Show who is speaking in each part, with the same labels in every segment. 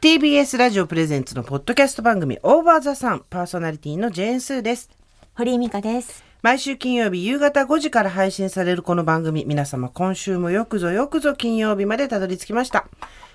Speaker 1: TBS ラジオプレゼンツのポッドキャスト番組オーバーザさんパーソナリティのジェーンスーです。
Speaker 2: 堀井美香です。
Speaker 1: 毎週金曜日夕方5時から配信されるこの番組、皆様今週もよくぞよくぞ金曜日までたどり着きました。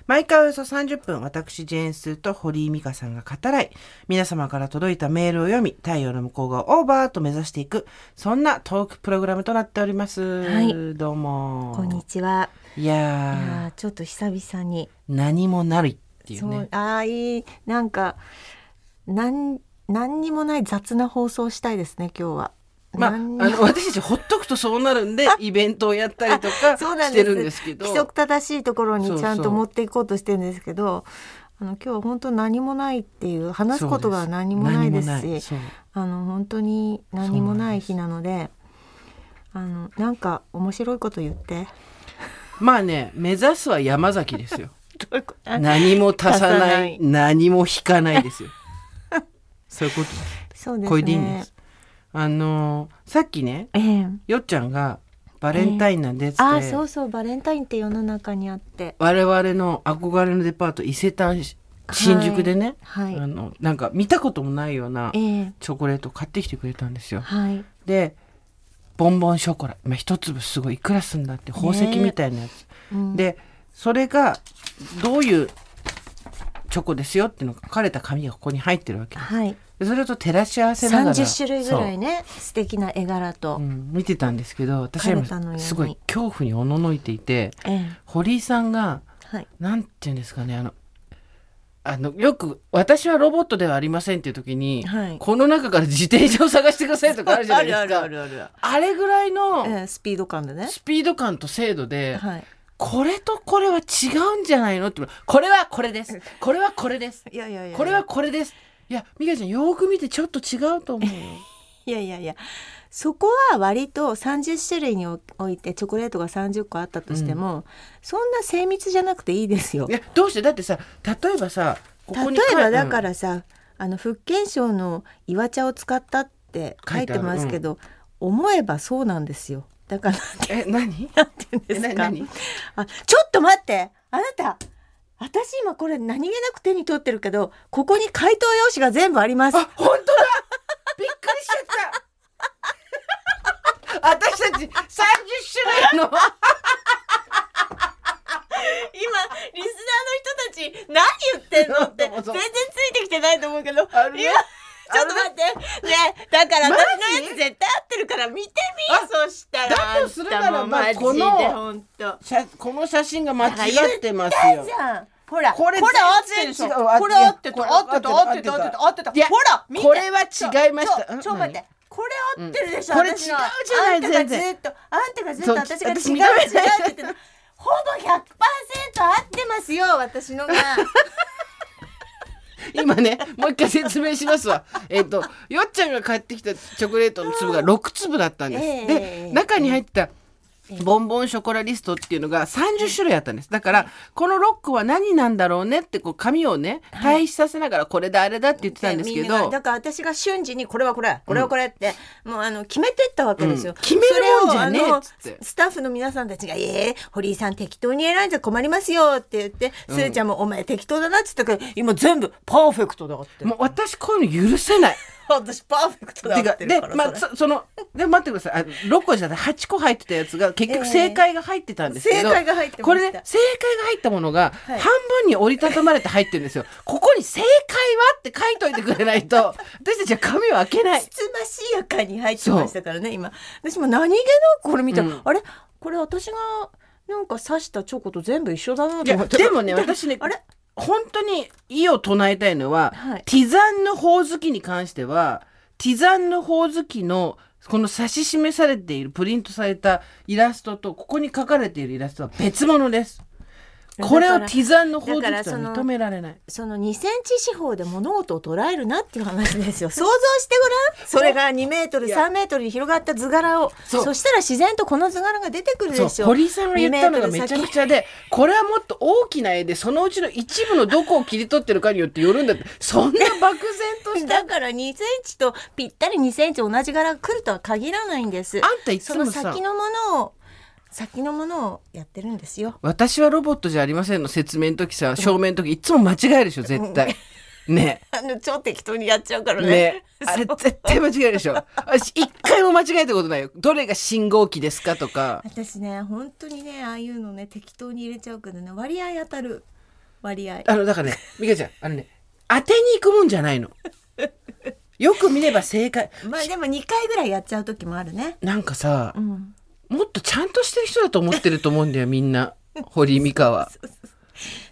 Speaker 1: 毎回およそ30分、私ジェーンスーと堀井美香さんが語らい、皆様から届いたメールを読み、太陽の向こう側をオーバーと目指していく、そんなトークプログラムとなっております。
Speaker 2: はい
Speaker 1: どうも。
Speaker 2: こんにちは。
Speaker 1: い
Speaker 2: い
Speaker 1: や
Speaker 2: やーちょっと久々に。
Speaker 1: ー、何もなるっていう
Speaker 2: そう
Speaker 1: ね。
Speaker 2: あーいいなんかなん何にもない雑な放送したいですね今日は。
Speaker 1: まあ、あ
Speaker 2: 何に
Speaker 1: の私たちほっとくとそうなるんでイベントをやったりとか
Speaker 2: そうな
Speaker 1: し
Speaker 2: ん
Speaker 1: て
Speaker 2: です
Speaker 1: るんですけど
Speaker 2: 規則正しいところ
Speaker 1: そう
Speaker 2: に
Speaker 1: そう
Speaker 2: ちゃんと持っていこうとしてるんですけど。あの今日は本当何もないっていう話すことが何もないですし
Speaker 1: 何もないそう
Speaker 2: あの本当に何もない日なのであのなんか面白いこと言って
Speaker 1: まあね目指すは山崎で すよ
Speaker 2: どういうこと
Speaker 1: 何も足さな
Speaker 2: 足さ
Speaker 1: い
Speaker 2: ない
Speaker 1: 何も引かないですよ そういうこと
Speaker 2: そうですね
Speaker 1: これでいいんですあのーさっきね
Speaker 2: ええ
Speaker 1: よっちゃんがバレンタインなんでっつって、
Speaker 2: あーそうそうバレンタインって世の中にあって
Speaker 1: 我々の憧れのデパート伊勢丹し新宿でね、
Speaker 2: はい、
Speaker 1: あのなんか見たこともないような
Speaker 2: ええ
Speaker 1: チョコレート買ってきてくれたんですよ
Speaker 2: はい
Speaker 1: でボンボンショコラ、まあ、一粒すごいいくらすんだって宝石みたいなやつ、
Speaker 2: うん
Speaker 1: でそれがどういうチョコですよっていうのが書かれた紙がここに入ってるわけ
Speaker 2: はい
Speaker 1: でそれと照らし合わせながら
Speaker 2: 30種類ぐらいね素敵な絵柄と、
Speaker 1: そううん見てたんですけど私
Speaker 2: 彼らのよう
Speaker 1: は
Speaker 2: に
Speaker 1: すごい恐怖におののいていて
Speaker 2: ええ
Speaker 1: 堀井さんが
Speaker 2: はい
Speaker 1: なんて言うんですかねあのあのよく「私はロボットではありません」っていう時に、
Speaker 2: はい
Speaker 1: この中から自転車を探してくださいとかあるじゃないです か。
Speaker 2: あるあるあるある
Speaker 1: あれぐらいの、
Speaker 2: ええスピード感でね
Speaker 1: スピード感と精度で、
Speaker 2: はい
Speaker 1: これとこれは違うんじゃないのってこれはこれですこれはこれです
Speaker 2: いやいやいや
Speaker 1: これはこれですいや美香ちゃんよーく見てちょっと違うと思うよ
Speaker 2: いやいやいやそこは割と30種類においてチョコレートが30個あったとしても、そんな精密じゃなくていいですよ
Speaker 1: いやどうしてだってさ例えばさここに
Speaker 2: 例えば
Speaker 1: 書い
Speaker 2: だからさ、あの福建省の岩茶を使ったって書いてますけど、思えばそうなんですよだから
Speaker 1: うんえ何
Speaker 2: なんて言うんで
Speaker 1: え
Speaker 2: す
Speaker 1: な
Speaker 2: か
Speaker 1: 何
Speaker 2: あちょっと待ってあなた私今これ何気なく手に取ってるけどここに回答用紙が全部あります
Speaker 1: あ本当だびっくりしちゃった 私たち30種類の
Speaker 2: 今リスナーの人たち何言ってんのって
Speaker 1: そうそうそ
Speaker 2: 全
Speaker 1: う
Speaker 2: 然ついてきてないと思うけどい
Speaker 1: あ
Speaker 2: や
Speaker 1: るね
Speaker 2: ちょっと待ってねだから私の
Speaker 1: マジ
Speaker 2: やつ絶対合ってるから見てみそしたら
Speaker 1: だとするなら
Speaker 2: あん
Speaker 1: まあ
Speaker 2: たも
Speaker 1: この
Speaker 2: マジで本当
Speaker 1: 写この写真が間違ってますよ
Speaker 2: じゃんほら
Speaker 1: これ
Speaker 2: ほら合っ
Speaker 1: 全
Speaker 2: てるでしょ
Speaker 1: 然違うあ
Speaker 2: これ合って
Speaker 1: いや
Speaker 2: た合ってた合ってた合ってた合ってた
Speaker 1: いや
Speaker 2: ほら見て
Speaker 1: これは違いました
Speaker 2: ちょ
Speaker 1: ん
Speaker 2: ちょ待ってこれ合ってるでしょ、
Speaker 1: うんこれ
Speaker 2: 私の
Speaker 1: 違うじゃない
Speaker 2: あんたが
Speaker 1: 全然
Speaker 2: ずっとあんたがずっ
Speaker 1: そ
Speaker 2: と
Speaker 1: う
Speaker 2: 私が違う
Speaker 1: 私
Speaker 2: 違う
Speaker 1: 認めな
Speaker 2: っ
Speaker 1: い
Speaker 2: て言ってたほぼ100%合ってますよ私のが
Speaker 1: 今ねもう一回説明しますわえっとよっちゃんが買ってきたチョコレートの粒が6粒だったんです、
Speaker 2: ええ
Speaker 1: で中に入ってたボンボンショコラリストっていうのが30種類あったんですだからこの6個は何なんだろうねってこう紙をね対比させながらこれだあれだって言ってたんですけ
Speaker 2: みな
Speaker 1: ど
Speaker 2: がだから私が瞬時にこれはこれこれはこれって、もうあの決めてったわけですよ、
Speaker 1: うん決めるもんじゃねえ
Speaker 2: それをあの
Speaker 1: っつって
Speaker 2: スタッフの皆さんたちが「ええ堀井さん適当に選んじゃ困りますよ」って言って、すーちゃんも「お前適当だな」っつったけど今全部パーフェクトだって
Speaker 1: もう私こういうの許せない
Speaker 2: 私パーフェクトだ
Speaker 1: てか
Speaker 2: ってる
Speaker 1: で
Speaker 2: から
Speaker 1: まあ
Speaker 2: それ
Speaker 1: そそので待ってくださいあ6個じゃない8個入ってたやつが結局
Speaker 2: ええ
Speaker 1: 正解が入ってたんですけど、
Speaker 2: 正解が入ってました
Speaker 1: これね正解が入ったもの
Speaker 2: は
Speaker 1: が半
Speaker 2: い
Speaker 1: 分に折りたたまれて入ってるんですよ、ここに正解はって書いといてくれないと 私たちは紙を開けない
Speaker 2: つつましやかに入ってましたからね今私も何気なくこれ見たら、
Speaker 1: うん
Speaker 2: あれこれ私がなんか刺したチョコと全部一緒だないと
Speaker 1: や
Speaker 2: 思って
Speaker 1: でもね私ね
Speaker 2: あれ
Speaker 1: 本当に意を唱えたいのは、
Speaker 2: はい
Speaker 1: ティザンヌほおずきに関してはティザンヌほおずきのこの指し示されているプリントされたイラストとここに書かれているイラストは別物です。これをティザンヌほおずき
Speaker 2: だ
Speaker 1: とは
Speaker 2: からその
Speaker 1: 認められない。
Speaker 2: その2センチ四方で物事を捉えるなっていう話です よ。想像してごらん。それが2メートル、
Speaker 1: いや
Speaker 2: 3メートルに広がった図柄を。
Speaker 1: そう
Speaker 2: そしたら自然とこの図柄が出てくるでし
Speaker 1: そう
Speaker 2: ょ。
Speaker 1: 堀井さんが言ったのが
Speaker 2: 2メ
Speaker 1: め
Speaker 2: ート
Speaker 1: ちゃ
Speaker 2: ル先
Speaker 1: くちゃでこれはもっと大きな絵でそのうちの一部のどこを切り取ってるかによってよるんだってそんな漠然とした
Speaker 2: だから2センチとぴったり2センチ同じ柄が来るとは限らないんです。
Speaker 1: あんたいつ
Speaker 2: そ
Speaker 1: も
Speaker 2: の
Speaker 1: さ
Speaker 2: 先のものを先のものをやってるんですよ。
Speaker 1: 私はロボットじゃありませんの説明の時さ正面の時いつも間違えるでしょ絶対ね
Speaker 2: あの超適当にやっちゃうからね。
Speaker 1: ね あれ絶対間違えるでしょ私一回も間違えたことないよどれが信号機ですかとか
Speaker 2: 私ね本当にねああいうのね適当に入れちゃうからね割合当たる割合。
Speaker 1: あのだからね美香ちゃんあのね当てに行くもんじゃな いのよく見れば正解
Speaker 2: まあでも2回ぐらいやっちゃう時もあるね。
Speaker 1: なんかさ
Speaker 2: うん。
Speaker 1: もっとちゃんとしてる人だと思ってると思うんだよみんな堀井美香は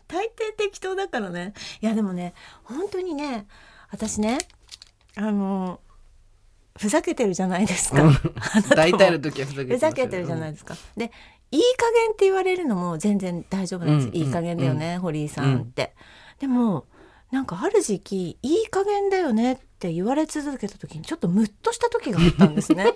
Speaker 2: 大抵適当だからねいやでもね本当にね私ねあのふざけてるじゃないですかあなたも
Speaker 1: 大体の時はふざけて
Speaker 2: ふざけてるじゃないですか、でいい加減って言われるのも全然大丈夫なんです、
Speaker 1: うん
Speaker 2: いい加減だよね、堀井さんって、でもなんかある時期いい加減だよねって言われ続けた時にちょっとムッとした時があったんです ね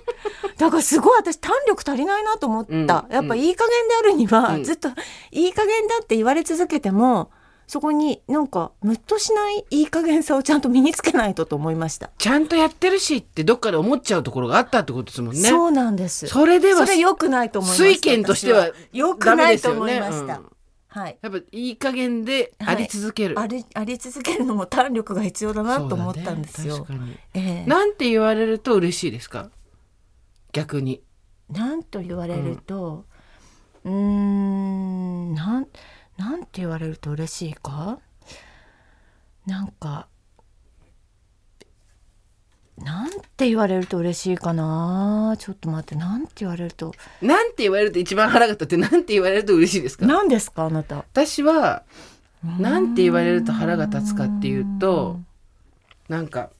Speaker 2: だからすごい私胆力足りないなと思った、
Speaker 1: うん
Speaker 2: やっぱいい加減であるには、
Speaker 1: うん
Speaker 2: ずっといい加減だって言われ続けてもそこになんかムッとしないいい加減さをちゃんと身につけないとと思いました、
Speaker 1: ちゃんとやってるしってどっかで思っちゃうところがあったってことですもんね
Speaker 2: そうなんです
Speaker 1: それでは
Speaker 2: それ良くないと思いました
Speaker 1: 推薦としては
Speaker 2: 私良くないと思い
Speaker 1: ダ
Speaker 2: ま
Speaker 1: メです
Speaker 2: し
Speaker 1: よ
Speaker 2: た、
Speaker 1: ねうん
Speaker 2: はい
Speaker 1: やっぱいい加減であり続ける、
Speaker 2: ありあり続けるのも胆力が必要だなと思ったんです
Speaker 1: そう
Speaker 2: よ、
Speaker 1: だね
Speaker 2: え
Speaker 1: 確か
Speaker 2: え
Speaker 1: になんて言われると嬉しいですか逆に
Speaker 2: なんと言われるとうーんなんなんて言われると嬉しいかなんかなんて言われると嬉しいかなちょっと待ってなんて言われると
Speaker 1: なんて言われると一番腹が立ってなんて言われると嬉しいですか
Speaker 2: 何ですかあなた
Speaker 1: 私はなんて言われると腹が立つかっていうとなんか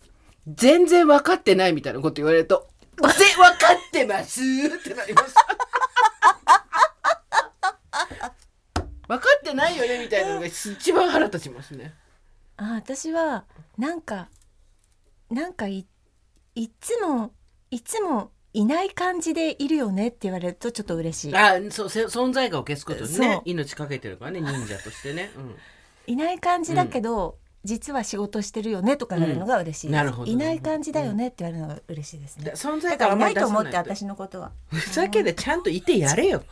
Speaker 1: 全然分かってないみたいなこと言われると「ぜ分かってます」ってなります。分かってないよねみたいなのが一番腹立ちますね。
Speaker 2: あ私はなんかなんかいいつもいつもいない感じでいるよねって言われるとちょっと嬉しい
Speaker 1: あそうせ存在感を消すことに
Speaker 2: そう
Speaker 1: ね命かけてるからね忍者としてね。
Speaker 2: いない感じだけど、実は仕事してるよねとか言われるのが嬉しいです、
Speaker 1: うんなるほど
Speaker 2: いない感じだよねって言われるのが嬉しいです
Speaker 1: うん、
Speaker 2: ね
Speaker 1: だ、存
Speaker 2: だ
Speaker 1: 在
Speaker 2: か
Speaker 1: 感
Speaker 2: ら
Speaker 1: あ
Speaker 2: いない
Speaker 1: んまり出
Speaker 2: と
Speaker 1: さ
Speaker 2: 思って
Speaker 1: ないと
Speaker 2: 私のことは
Speaker 1: ふざけてちゃんといてやれよ。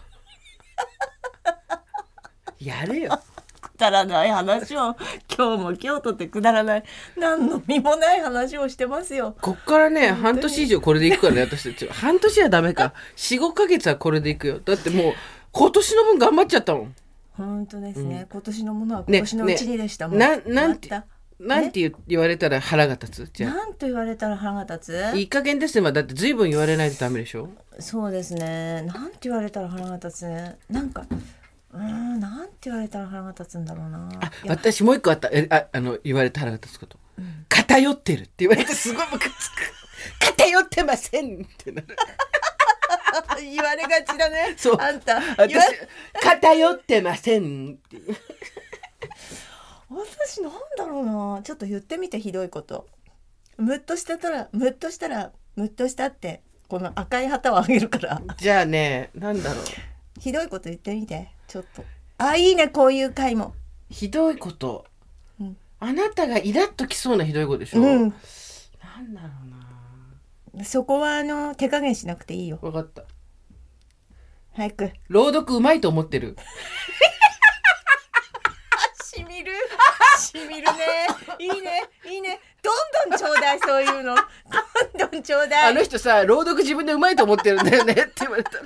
Speaker 1: やれよ。
Speaker 2: くだらない話を今日も今日とってくだらない何の身もない話をしてますよ
Speaker 1: こっからね半年以上これでいくからね私 たちは半年はダメか45ヶ月はこれでいくよだって もう今年の分頑張っちゃったもん
Speaker 2: 本当ですね、
Speaker 1: う
Speaker 2: 今年のものは今
Speaker 1: ね
Speaker 2: 年のうちにでしたもん、
Speaker 1: ねななんて
Speaker 2: 終わっ
Speaker 1: なんて言う言われたら腹が立つ
Speaker 2: た
Speaker 1: じゃ
Speaker 2: なんと言われたら腹が立
Speaker 1: あ
Speaker 2: つ
Speaker 1: いい加減ですねまあだって随分言われないとダメでしょ
Speaker 2: そうですね。なんて言われたら腹が立つね。なんか、うーん、なんて言われたら腹が立つんだろうな。
Speaker 1: あ
Speaker 2: いや
Speaker 1: 私もう一個あったえああの言われて腹が立つこと、偏ってるって言われてすごいムカつく 偏ってませんってなる
Speaker 2: 言われがちだ ね。
Speaker 1: そう
Speaker 2: あんた、
Speaker 1: 私
Speaker 2: 言わ
Speaker 1: 偏ってませんっていう
Speaker 2: 私なんだろうな。ちょっと言ってみてひどいこと。ムッとしたたら、ムッとしたら、ムッとしたって、この赤い旗をあげるから、
Speaker 1: じゃあねなんだろう
Speaker 2: ひどいこと言ってみて、ちょっと。あ、いいね、こういう回も。
Speaker 1: ひどいこと、
Speaker 2: うん
Speaker 1: あなたがイラッときそうなひどいことでしょ、
Speaker 2: うん。
Speaker 1: なんだろうな
Speaker 2: そこは、あの、手加減しなくていいよ。
Speaker 1: 分かった
Speaker 2: 早く。
Speaker 1: 朗読うまいと思ってる
Speaker 2: しみ る。しみるね。 いいね。いいね。どんどんちょうだい、そういうの。どんどんちょうだ
Speaker 1: あ
Speaker 2: い。
Speaker 1: の
Speaker 2: ね
Speaker 1: 人さ朗読自分でうまいと思ってるん だよねって言われたら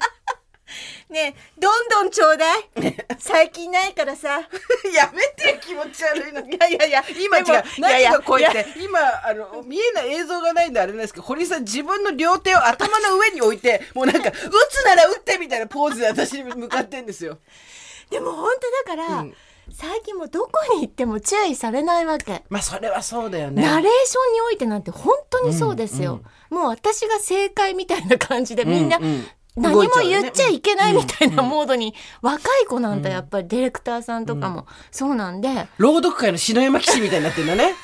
Speaker 2: え、どんどんちょうだい。最近ないからさ。
Speaker 1: やめて気持ち悪いの
Speaker 2: いやいやいや、
Speaker 1: 今違う
Speaker 2: でもい
Speaker 1: 何
Speaker 2: やいや
Speaker 1: がこうやっ
Speaker 2: いや
Speaker 1: て今あの見えない映像がないんであれなんですけど堀井さん自分の両手を頭の上に置いてもうなんか打つなら打ってみたいなポーズで私に向かってんですよ
Speaker 2: でも本当だから、
Speaker 1: うん
Speaker 2: 最近もうどこに行っても注意されないわけ。
Speaker 1: まあそれはそうだよね
Speaker 2: ナレーションにおいてなんて本当にそうですよ。もう私が正解みたいな感じでみんな
Speaker 1: うう
Speaker 2: 何
Speaker 1: 動
Speaker 2: も
Speaker 1: いゃうよね
Speaker 2: 言っちゃいけないみたいな
Speaker 1: うんうん
Speaker 2: モードに若い子なんてやっぱりディレクターさんとかもそうなんで
Speaker 1: 朗読会の篠山騎士みたいになってんだ ね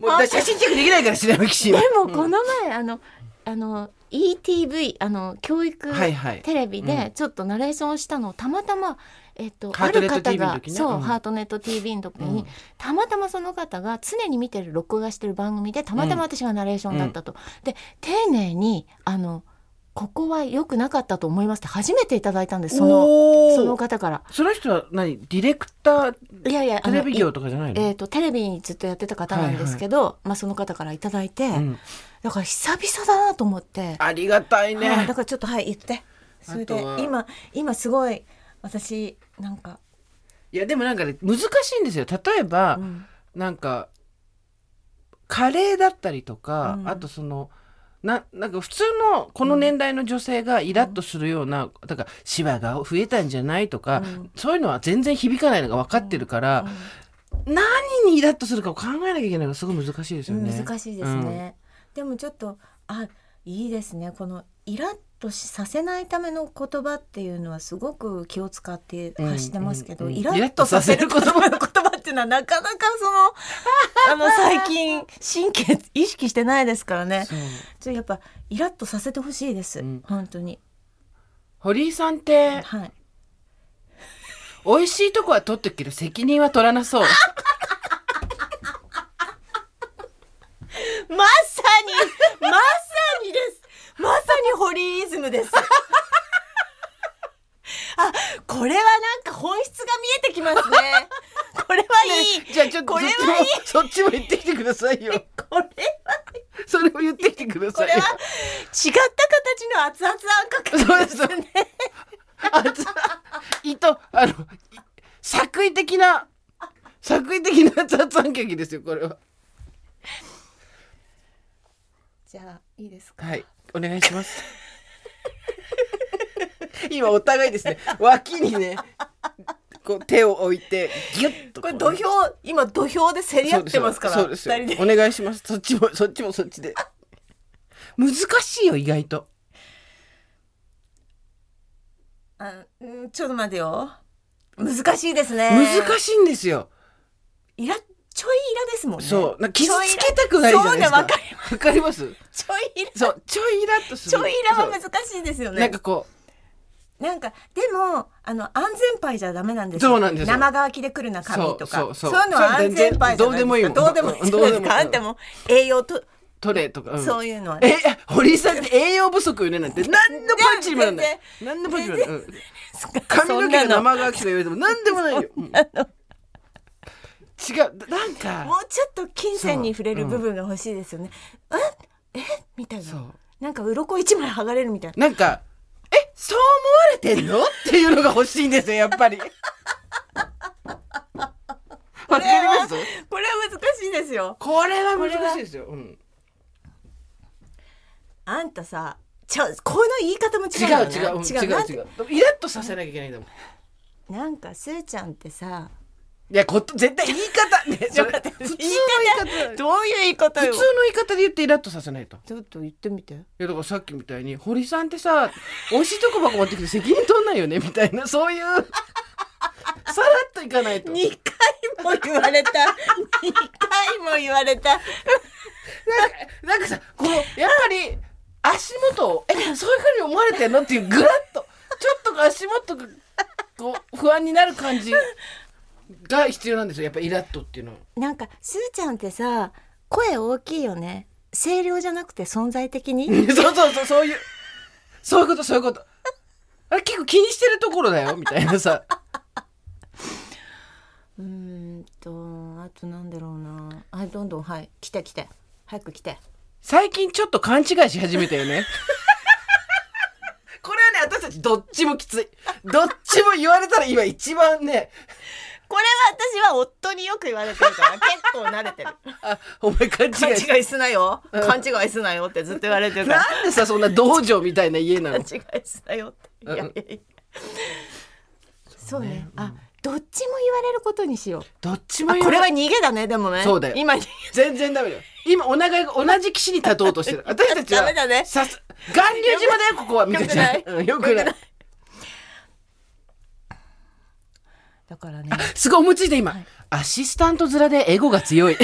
Speaker 1: もうだから写真チェックできないから篠山騎士
Speaker 2: で
Speaker 1: は
Speaker 2: もこの前あのあの ETV あの教育
Speaker 1: はいはい
Speaker 2: テレビ
Speaker 1: う
Speaker 2: でちょっとナレーションをしたのをたまたまえっと
Speaker 1: ハ
Speaker 2: あ
Speaker 1: ート
Speaker 2: る
Speaker 1: ネッ
Speaker 2: 方
Speaker 1: ト TV の
Speaker 2: が
Speaker 1: 時ね
Speaker 2: そううんハートネット TV の時
Speaker 1: う
Speaker 2: に
Speaker 1: ん
Speaker 2: たまたまその方が常に見てる録画してる番組でたまたま私がナレーションだったと。で丁寧にあのここは良くなかったと思いますって初めていただいたんですその
Speaker 1: お
Speaker 2: その
Speaker 1: ー
Speaker 2: 方から
Speaker 1: その人は何ディレクター
Speaker 2: いやいやあ
Speaker 1: テ
Speaker 2: の
Speaker 1: レビ業とかじゃないの
Speaker 2: えー、とテレビにずっとやってた方なんですけど、まあ、その方からいただいて、
Speaker 1: うん
Speaker 2: だから久々だなと思って、
Speaker 1: ありがたい
Speaker 2: はい
Speaker 1: ね
Speaker 2: だからちょっとはい言ってそれで
Speaker 1: あとは
Speaker 2: 今今すごい私なんか、
Speaker 1: いやでもなんかね難しいんですよ例えば、
Speaker 2: うん
Speaker 1: なんかカレーだったりとか、
Speaker 2: うん
Speaker 1: あとそのななんか普通のこの年代の女性がイラッとするような、だからシワが増えたんじゃないとか、
Speaker 2: うん
Speaker 1: そういうのは全然響かないのが分かってるから、何にイラッとするかを考えなきゃいけないのがすごい難しいですよね。
Speaker 2: 難しいですね、でもちょっとあいいですねこのイラッとしさせないための言葉っていうのはすごく気を使って
Speaker 1: うん
Speaker 2: 発してますけど、
Speaker 1: うん
Speaker 2: イラッとさせる言葉の言葉っていうのはなかなかその あの最近神経意識してないですからね
Speaker 1: そう
Speaker 2: ちょっとやっぱイラッとさせてほしいです、
Speaker 1: うん
Speaker 2: 本当に
Speaker 1: 堀井さんって
Speaker 2: はい
Speaker 1: 美味しいとこは取ってくけど責任は取らなそう。
Speaker 2: まさにまさにですまさにホリーイズムですあこれはなんか本質が見えてきますねこれはいい、
Speaker 1: じゃあちょっと
Speaker 2: こ
Speaker 1: そ
Speaker 2: れ
Speaker 1: っ
Speaker 2: は
Speaker 1: ちもそっちも言ってきてくださいよ。
Speaker 2: これは
Speaker 1: それを言ってきてくだ
Speaker 2: こ
Speaker 1: さい
Speaker 2: れは
Speaker 1: よ
Speaker 2: 違った。形の熱々あんかけですね
Speaker 1: あつ糸あのい作為的な作為的な雑談劇ですよこれは
Speaker 2: じゃあいいですか
Speaker 1: はいお願いします今お互いですね脇にねこう手を置いてギュッと
Speaker 2: こ
Speaker 1: こ
Speaker 2: れ
Speaker 1: う
Speaker 2: 土俵今土俵で競り合ってますから
Speaker 1: そうですよ
Speaker 2: 二人で
Speaker 1: お願いしますそっちもそっちもそっちで難しいよ意外と
Speaker 2: あうんちょっと待てよ難しいですね
Speaker 1: 難しいんですよ、
Speaker 2: イラちょいイラですもんね
Speaker 1: そうなんか傷つけたくないじゃないですか
Speaker 2: そうねわかり
Speaker 1: わかります
Speaker 2: ちょいイラ
Speaker 1: そうちょいイラっとする
Speaker 2: ちょいイラは
Speaker 1: そ
Speaker 2: 難
Speaker 1: う
Speaker 2: しいですよ
Speaker 1: なん
Speaker 2: ね
Speaker 1: かこ
Speaker 2: なんかでもあの安全牌じゃダメなんですよ
Speaker 1: そうなんですよ
Speaker 2: 生乾きでくるな紙とか
Speaker 1: そうそうそう
Speaker 2: いうのは安全牌じゃないですか
Speaker 1: そう全然どうでもいいもん
Speaker 2: どうでもいいじゃないです
Speaker 1: うん
Speaker 2: かあんたも栄養と、
Speaker 1: うトレとか、うん
Speaker 2: そういうのはね
Speaker 1: え堀井さんって栄養不足よねなんて何のパンチにもなんない
Speaker 2: 全
Speaker 1: 何のパンチにもなんない、うん髪
Speaker 2: そ
Speaker 1: の
Speaker 2: ん
Speaker 1: 毛が
Speaker 2: なのも
Speaker 1: 生乾きとか言われても何でもないよ、うん違うなんか
Speaker 2: うちょっと金銭に触れる部分が欲しいですよね、ええみたい
Speaker 1: そ
Speaker 2: な
Speaker 1: う
Speaker 2: なんか鱗一枚剥がれるみたいな
Speaker 1: なんかえそう思われてんのっていうのが欲しいんですよやっ ぱりわかります
Speaker 2: これは難しいですよ
Speaker 1: これは難しいですよ、うん、
Speaker 2: あんたさちょこの言い方も
Speaker 1: 違
Speaker 2: 違
Speaker 1: う
Speaker 2: うよね
Speaker 1: 違ううん違う違う
Speaker 2: なんて
Speaker 1: イラッとさせなきゃいけないんだもん
Speaker 2: なんかすーちゃんってさ
Speaker 1: いやこと絶対言い方ねそれ普通の言い方
Speaker 2: どういう言い方
Speaker 1: 普
Speaker 2: よ
Speaker 1: 通の言い方で言ってイラッとさせないと。い
Speaker 2: ちょっと言ってみて
Speaker 1: やだからさっきみたいに堀さんってさ美味しいとこばっか持ってきて責任取んないよね みたいなそういうさらっといかないと。
Speaker 2: 2回も言われた2回も言われた
Speaker 1: なんかなんかさこのやっぱり足元をえそういうふうに思われてんのっていうぐらっとちょっと足元がこう不安になる感じが必要なんですよやっぱイラッとっていうのは。
Speaker 2: なんかすーちゃんってさ声大きいよね声量じゃなくて存在的に
Speaker 1: そうそうそうそういうそういうことそういうことあれ結構気にしてるところだよみたいなさ
Speaker 2: うーんとあとなんだろうなあどんどんはい来て来て早く来て
Speaker 1: 最近ちょっと勘違いし始めたよね これはね私たちどっちもきついどっちも言われたら今一番ね
Speaker 2: これは私は夫によく言われてるから結構慣れてる
Speaker 1: あお前勘違い
Speaker 2: 勘 違いすなよ勘違いすなよってずっと言われてるから
Speaker 1: なんでさそんな道場みたいな家な
Speaker 2: 勘
Speaker 1: の
Speaker 2: 違いすなよっていやいやいやそうね
Speaker 1: うん
Speaker 2: あどっちも言われることにしよう
Speaker 1: どっちも
Speaker 2: あ
Speaker 1: 言
Speaker 2: こ
Speaker 1: わ
Speaker 2: れ
Speaker 1: れ
Speaker 2: は逃げだねでもね
Speaker 1: そうだよ
Speaker 2: 今に
Speaker 1: 全然ダメだよ今お腹が同じ岸に立とうと してる私たちは
Speaker 2: ダメだね
Speaker 1: さす巌流島だよここはみた
Speaker 2: よ
Speaker 1: い
Speaker 2: くない
Speaker 1: うんよくない
Speaker 2: だからね
Speaker 1: すごい思いついた今、アシスタント面でエゴ が強い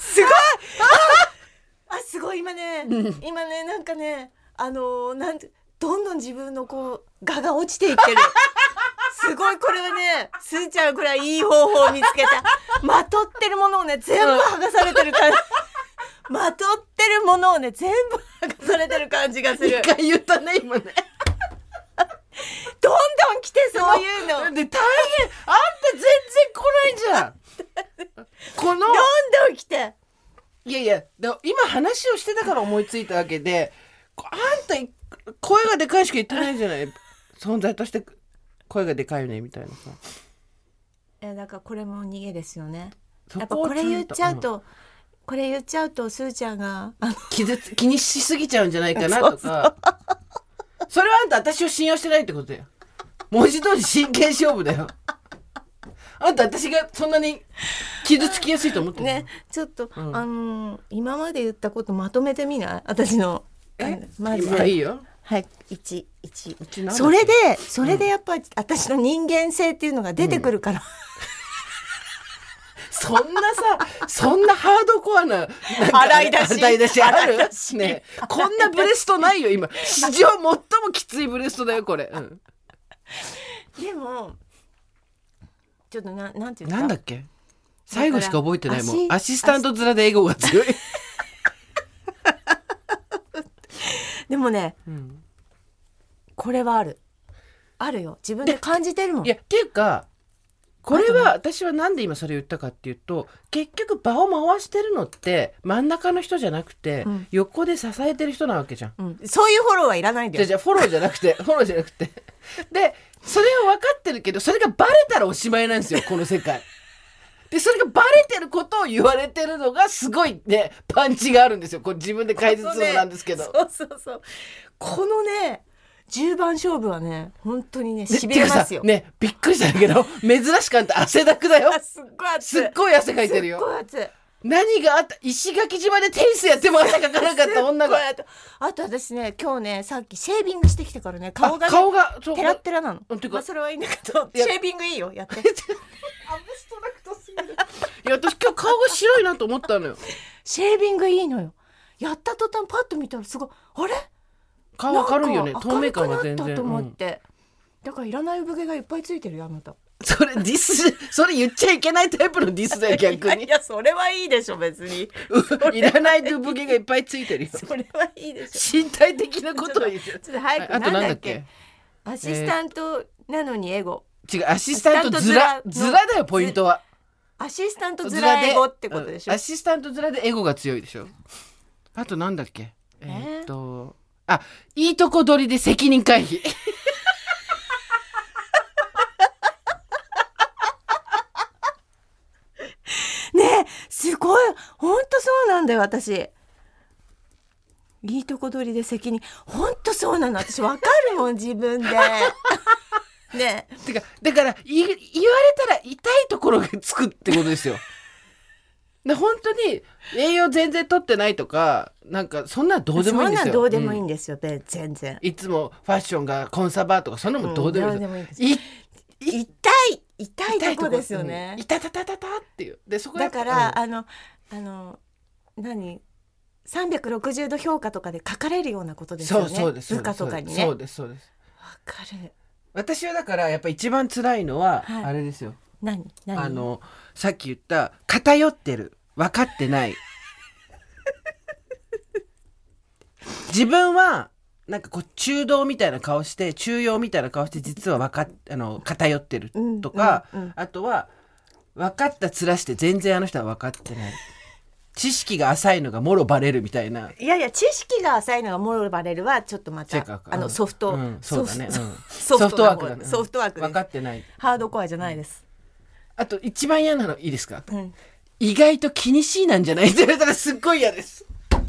Speaker 2: すごい ああすごい今ね今ねなんかねあのーなんてどんどん自分のこう我が落ちてい ってるすごいこれはねすーちゃんこれはいい方法を見つけたまとってるものをね全部剥がされてるからまとってるものをね全部剥がされてる感じがするどんど
Speaker 1: 回言ったね 今ね
Speaker 2: ん来てそういう の
Speaker 1: で大変あんた全然来ないじ ゃんこの
Speaker 2: どんどん来て
Speaker 1: いやいやでも今話をしてたから思いついたわけでこあんたい声がでかいしか言ってないじ ゃない存在として声がでかいよねみたいなさ
Speaker 2: えだからこれも逃げですよね
Speaker 1: そ
Speaker 2: やっぱ
Speaker 1: こを
Speaker 2: これ言っちゃう
Speaker 1: ちん
Speaker 2: とこれ言っちゃうとすーちゃんがあの
Speaker 1: 傷つ気にしすぎちゃうんじゃないかなとかそれはあんた私を信用してないってことよ文字通り真剣勝負だよあんた私がそんなに傷つきやすいと思ってるの
Speaker 2: ねちょっと、
Speaker 1: うん
Speaker 2: あのー今まで言ったことまとめてみない私のあの
Speaker 1: え
Speaker 2: マジ
Speaker 1: 今いい
Speaker 2: で
Speaker 1: よ
Speaker 2: はい一一
Speaker 1: うちなんだっけ
Speaker 2: それでそれでやっぱり私の人間性っていうのが出てくるから、
Speaker 1: そんなさ、そんなハードコアな、なんか
Speaker 2: 洗い出し
Speaker 1: 洗い出しある
Speaker 2: 洗い出
Speaker 1: ねえこんなブレストないよ、今。史上最もきついブレストだよ、これ。うん
Speaker 2: でもちょっとななんていうか
Speaker 1: なんだっけ最後しか覚えてないもん。
Speaker 2: 足
Speaker 1: アシスタント面で笑顔が強い。
Speaker 2: でもね
Speaker 1: うん
Speaker 2: これはあるあるよ自分で感じてるもん
Speaker 1: いや、っていうか、これは私はなんで今それ言ったかっていうと結局場を回してるのって真ん中の人じゃなくて、
Speaker 2: うん
Speaker 1: 横で支えてる人なわけじゃん。
Speaker 2: うん、そういうフォローはいらないんだ
Speaker 1: じゃ
Speaker 2: よ
Speaker 1: あじゃあフォローじゃ なくてフォローじゃなくてでそれを分かってるけどそれがバレたらおしまいなんですよこの世界でそれがバレてることを言われてるのがすごいねパンチがあるんですよこれ自分で解説するのなんですけど、
Speaker 2: そうそうそうこのね10番勝負はね本当にね
Speaker 1: で
Speaker 2: しびれますよ、
Speaker 1: ていうかさねびっくりしたんだけど珍しくあんた汗だくだよ
Speaker 2: あすっごい熱い
Speaker 1: すっごい汗かいてる
Speaker 2: すっ
Speaker 1: よ
Speaker 2: ごい熱い
Speaker 1: 何があった石垣島でテニスやっても汗かかなかった女が
Speaker 2: すっごい熱いあと私ね今日ねさっきシェービングしてきてからね顔が
Speaker 1: あ
Speaker 2: ね
Speaker 1: 顔がそう
Speaker 2: ペラッペラなの
Speaker 1: うんていうか
Speaker 2: まあ、それはいいんだけど
Speaker 1: いや
Speaker 2: シェービングいいよ やって
Speaker 1: いや私今日顔が白いなと思ったのよ
Speaker 2: シェービングいいのよやった途端パッと見たらすごいあれ
Speaker 1: 顔明るいよね
Speaker 2: なんか
Speaker 1: 透明感が全
Speaker 2: 明るくなった
Speaker 1: 然
Speaker 2: と思っ
Speaker 1: うん
Speaker 2: て、だからいらない産毛がいっぱいついてるよあなた
Speaker 1: それディス、それ言っちゃいけないタイプのディスだよ、逆
Speaker 2: い
Speaker 1: に。
Speaker 2: やそれはいいでしょ別に
Speaker 1: ういらない産毛がいっぱいついてるよ。
Speaker 2: それはいいでしょ
Speaker 1: 身体的なことを言う。
Speaker 2: ちょっと早く
Speaker 1: ああと
Speaker 2: な
Speaker 1: な
Speaker 2: だ
Speaker 1: んんだ
Speaker 2: っ
Speaker 1: っ
Speaker 2: け
Speaker 1: け
Speaker 2: アシスタントなのにエゴ、
Speaker 1: 違う、アシスタントず
Speaker 2: ア
Speaker 1: ら、
Speaker 2: シスタントずら
Speaker 1: ずらだよ、ポイントは。
Speaker 2: アシスタントずらエゴってことでしょ
Speaker 1: うんアシスタントずらでエゴが強いでしょ。あとなんだっけえーっと、あ、いいとこ取りで責任回避。
Speaker 2: ねえすごいほんとそうなんだよ私いいとこ取りで責任ほんとそうなの私わかるもん自分 でねえ
Speaker 1: てか、だから、い言われたら痛いところがつくってことですよ。 で本当に栄養全然取ってないとか、なんかそんなどうでもいいんです
Speaker 2: そんな
Speaker 1: よ。
Speaker 2: んどうでもい
Speaker 1: ん
Speaker 2: いんですよ、べ全然
Speaker 1: いつもファッションがコンサバとかそんなもんどうでもいい
Speaker 2: ん
Speaker 1: で
Speaker 2: どう
Speaker 1: す
Speaker 2: でもいいです
Speaker 1: い
Speaker 2: 痛い痛いとこですよね
Speaker 1: うんいたたたたたっていう。でそこ
Speaker 2: だ
Speaker 1: やっ
Speaker 2: か
Speaker 1: ぱ
Speaker 2: ら、
Speaker 1: うん
Speaker 2: あのあの何360度評価とかで書かれるようなことですよ
Speaker 1: そ
Speaker 2: ね
Speaker 1: うそうです
Speaker 2: 部下とかにね
Speaker 1: そう
Speaker 2: わ
Speaker 1: ですそうですそうです。
Speaker 2: かる
Speaker 1: 私はだからやっぱ一番辛いのは
Speaker 2: はい
Speaker 1: あれですよ。
Speaker 2: 何何
Speaker 1: あのさっき言った偏ってる分かってない。 自分はなんかこう中道みたいな顔して中庸みたいな顔して実は分かっあの偏ってる
Speaker 2: うん
Speaker 1: とか、
Speaker 2: うんうん
Speaker 1: あとは分かった面して全然あの人は分かってない知識が浅いのがもろバレるみたいない
Speaker 2: やいや知識が浅いのがモロバレルはちょっとま
Speaker 1: せ
Speaker 2: た
Speaker 1: っかく
Speaker 2: あのソフト、
Speaker 1: うんそうだね、うん
Speaker 2: ソフ
Speaker 1: ソ
Speaker 2: ソ
Speaker 1: フ
Speaker 2: フ
Speaker 1: ト
Speaker 2: トな
Speaker 1: ワー
Speaker 2: 方
Speaker 1: クだねうん
Speaker 2: ソフトワークです
Speaker 1: 分かってない
Speaker 2: ハードコアじゃないです、
Speaker 1: あと一番嫌なのいいですか
Speaker 2: うん、
Speaker 1: 意外と気にしいなんじゃないって言われたらすっごい嫌です
Speaker 2: 違う違う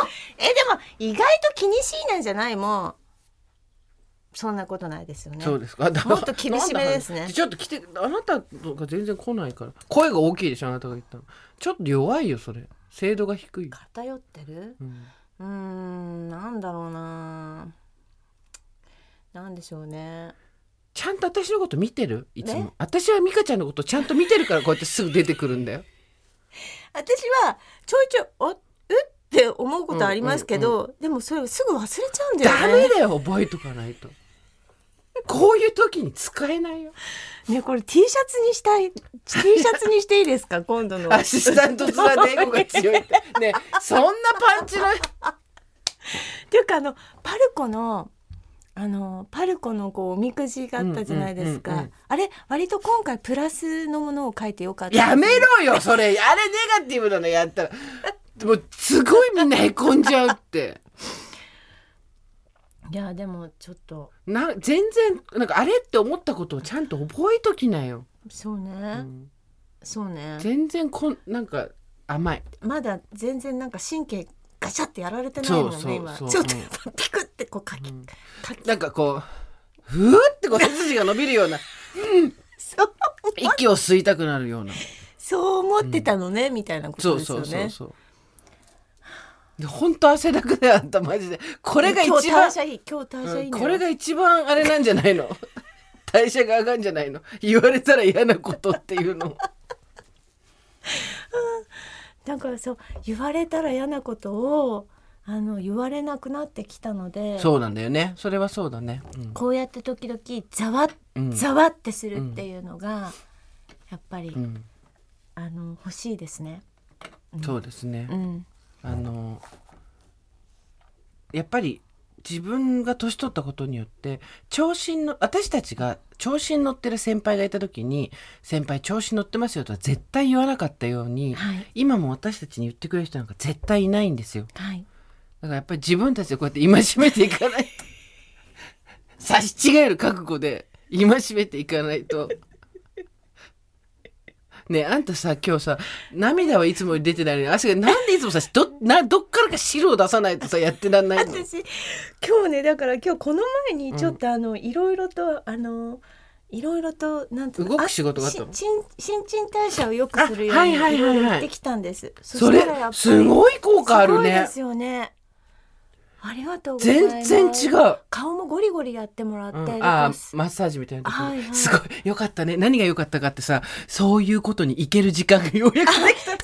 Speaker 2: もんえでも意外と気にしいなんじゃないもんそんなことないですよね
Speaker 1: そうですか。だ
Speaker 2: もっと厳しめですね
Speaker 1: なんだちょっと来て、あなたとか全然来ないから。声が大きいでしょ、あなたが言ったの。ちょっと弱いよ、それ。精度が低い。
Speaker 2: 偏ってる
Speaker 1: うん
Speaker 2: うーんなんだろうななんでしょうね
Speaker 1: ちゃんと私のこと見てるいつも
Speaker 2: ね。
Speaker 1: 私は美香ちゃんのことちゃんと見てるから、こうやってすぐ出てくるんだ よ。
Speaker 2: 私はちょいちょいおうって思うことありますけど、でもそれすぐ忘れちゃうんだよ
Speaker 1: ダ
Speaker 2: ね
Speaker 1: メだよ、覚えとかないと。こういう時に使えないよ。
Speaker 2: ねこれ T シャツにしたい T シャツにしていいです か今度の
Speaker 1: アシスタント津田でエ ゴが強いって。 ねそんなパンチの。
Speaker 2: っていうかあのパルコのあのパルコのこうおみくじがあったじゃないですか、
Speaker 1: うんうんうんうん
Speaker 2: あれ割と今回プラスのものを書いてよかった
Speaker 1: やめろよ、それ。あれネガティブなのやったら。もう、すごいみんなへこんじゃうって。
Speaker 2: いやでもちょっと
Speaker 1: な、全然、なんかあれって思ったことをちゃんと覚えときなよ。
Speaker 2: そうね、
Speaker 1: うん
Speaker 2: そうね
Speaker 1: 全然こん、なんか甘い。
Speaker 2: まだ全然なんか神経ガチャってやられてないもんね
Speaker 1: そうそう
Speaker 2: 今
Speaker 1: そう
Speaker 2: ちょっと
Speaker 1: うん
Speaker 2: やっぱピクってこう書き、
Speaker 1: ん
Speaker 2: 書き
Speaker 1: なんかこう、ふーってこう背筋が伸び るような、
Speaker 2: そう
Speaker 1: 息を吸いたくなるような。
Speaker 2: そう思ってたのね、みたいなこ
Speaker 1: そ
Speaker 2: と
Speaker 1: う
Speaker 2: です
Speaker 1: そ
Speaker 2: よ
Speaker 1: うそう
Speaker 2: ね
Speaker 1: そう。で本当汗だくだよあんたマジでこれが
Speaker 2: 今日
Speaker 1: 一番
Speaker 2: 代謝いい今日代謝いいんだよ
Speaker 1: これが一番あれなんじゃないの 代謝が上がるんじゃないの言われたら嫌なことっていうの
Speaker 2: だからそう言われたら嫌なことをあの言われなくなってきたので
Speaker 1: そうなんだよねそれはそうだね、うん
Speaker 2: こうやって時々ざわ
Speaker 1: うん
Speaker 2: ざわってするっていうのが、やっぱり、
Speaker 1: うん
Speaker 2: あの欲しいですね。
Speaker 1: そうですね
Speaker 2: う、ん、
Speaker 1: あのやっぱり自分が年取ったことによって調子にの私たちが調子に乗ってる先輩がいた時に「先輩調子に乗ってますよ」とは絶対言わなかったように、
Speaker 2: はい
Speaker 1: 今も私たちに言ってくれる人なんか絶対いないんですよ。
Speaker 2: はい。
Speaker 1: だからやっぱり自分たちでこうやって戒めていかないと差し違える覚悟で戒めていかないと ねえあんたさ今日さ涙はいつもより出てないのに汗がなんでいつもさどなどっからか汁を出さないとさやってらんないの
Speaker 2: 私今日ねだから今日この前にちょっとあの、いろいろとあのいろいろとなんていうの
Speaker 1: 動く仕事があったの
Speaker 2: し新新陳代謝を良くするよう
Speaker 1: あは
Speaker 2: に
Speaker 1: い
Speaker 2: い
Speaker 1: は
Speaker 2: ろ
Speaker 1: い
Speaker 2: い
Speaker 1: はいはい
Speaker 2: ろ言ってきたんです。
Speaker 1: そ
Speaker 2: し
Speaker 1: れ
Speaker 2: たらやっぱり
Speaker 1: すごい効果ある
Speaker 2: すごい
Speaker 1: ね
Speaker 2: ですよね。ありがとうございま
Speaker 1: 全
Speaker 2: す。
Speaker 1: 然違う、
Speaker 2: 顔もゴリゴリやってもらって、
Speaker 1: うん
Speaker 2: だから
Speaker 1: あーマッサージみたいなところ、
Speaker 2: はいはい
Speaker 1: すごいよかったね何が良かったかってさそういうことに行ける時間がようやくね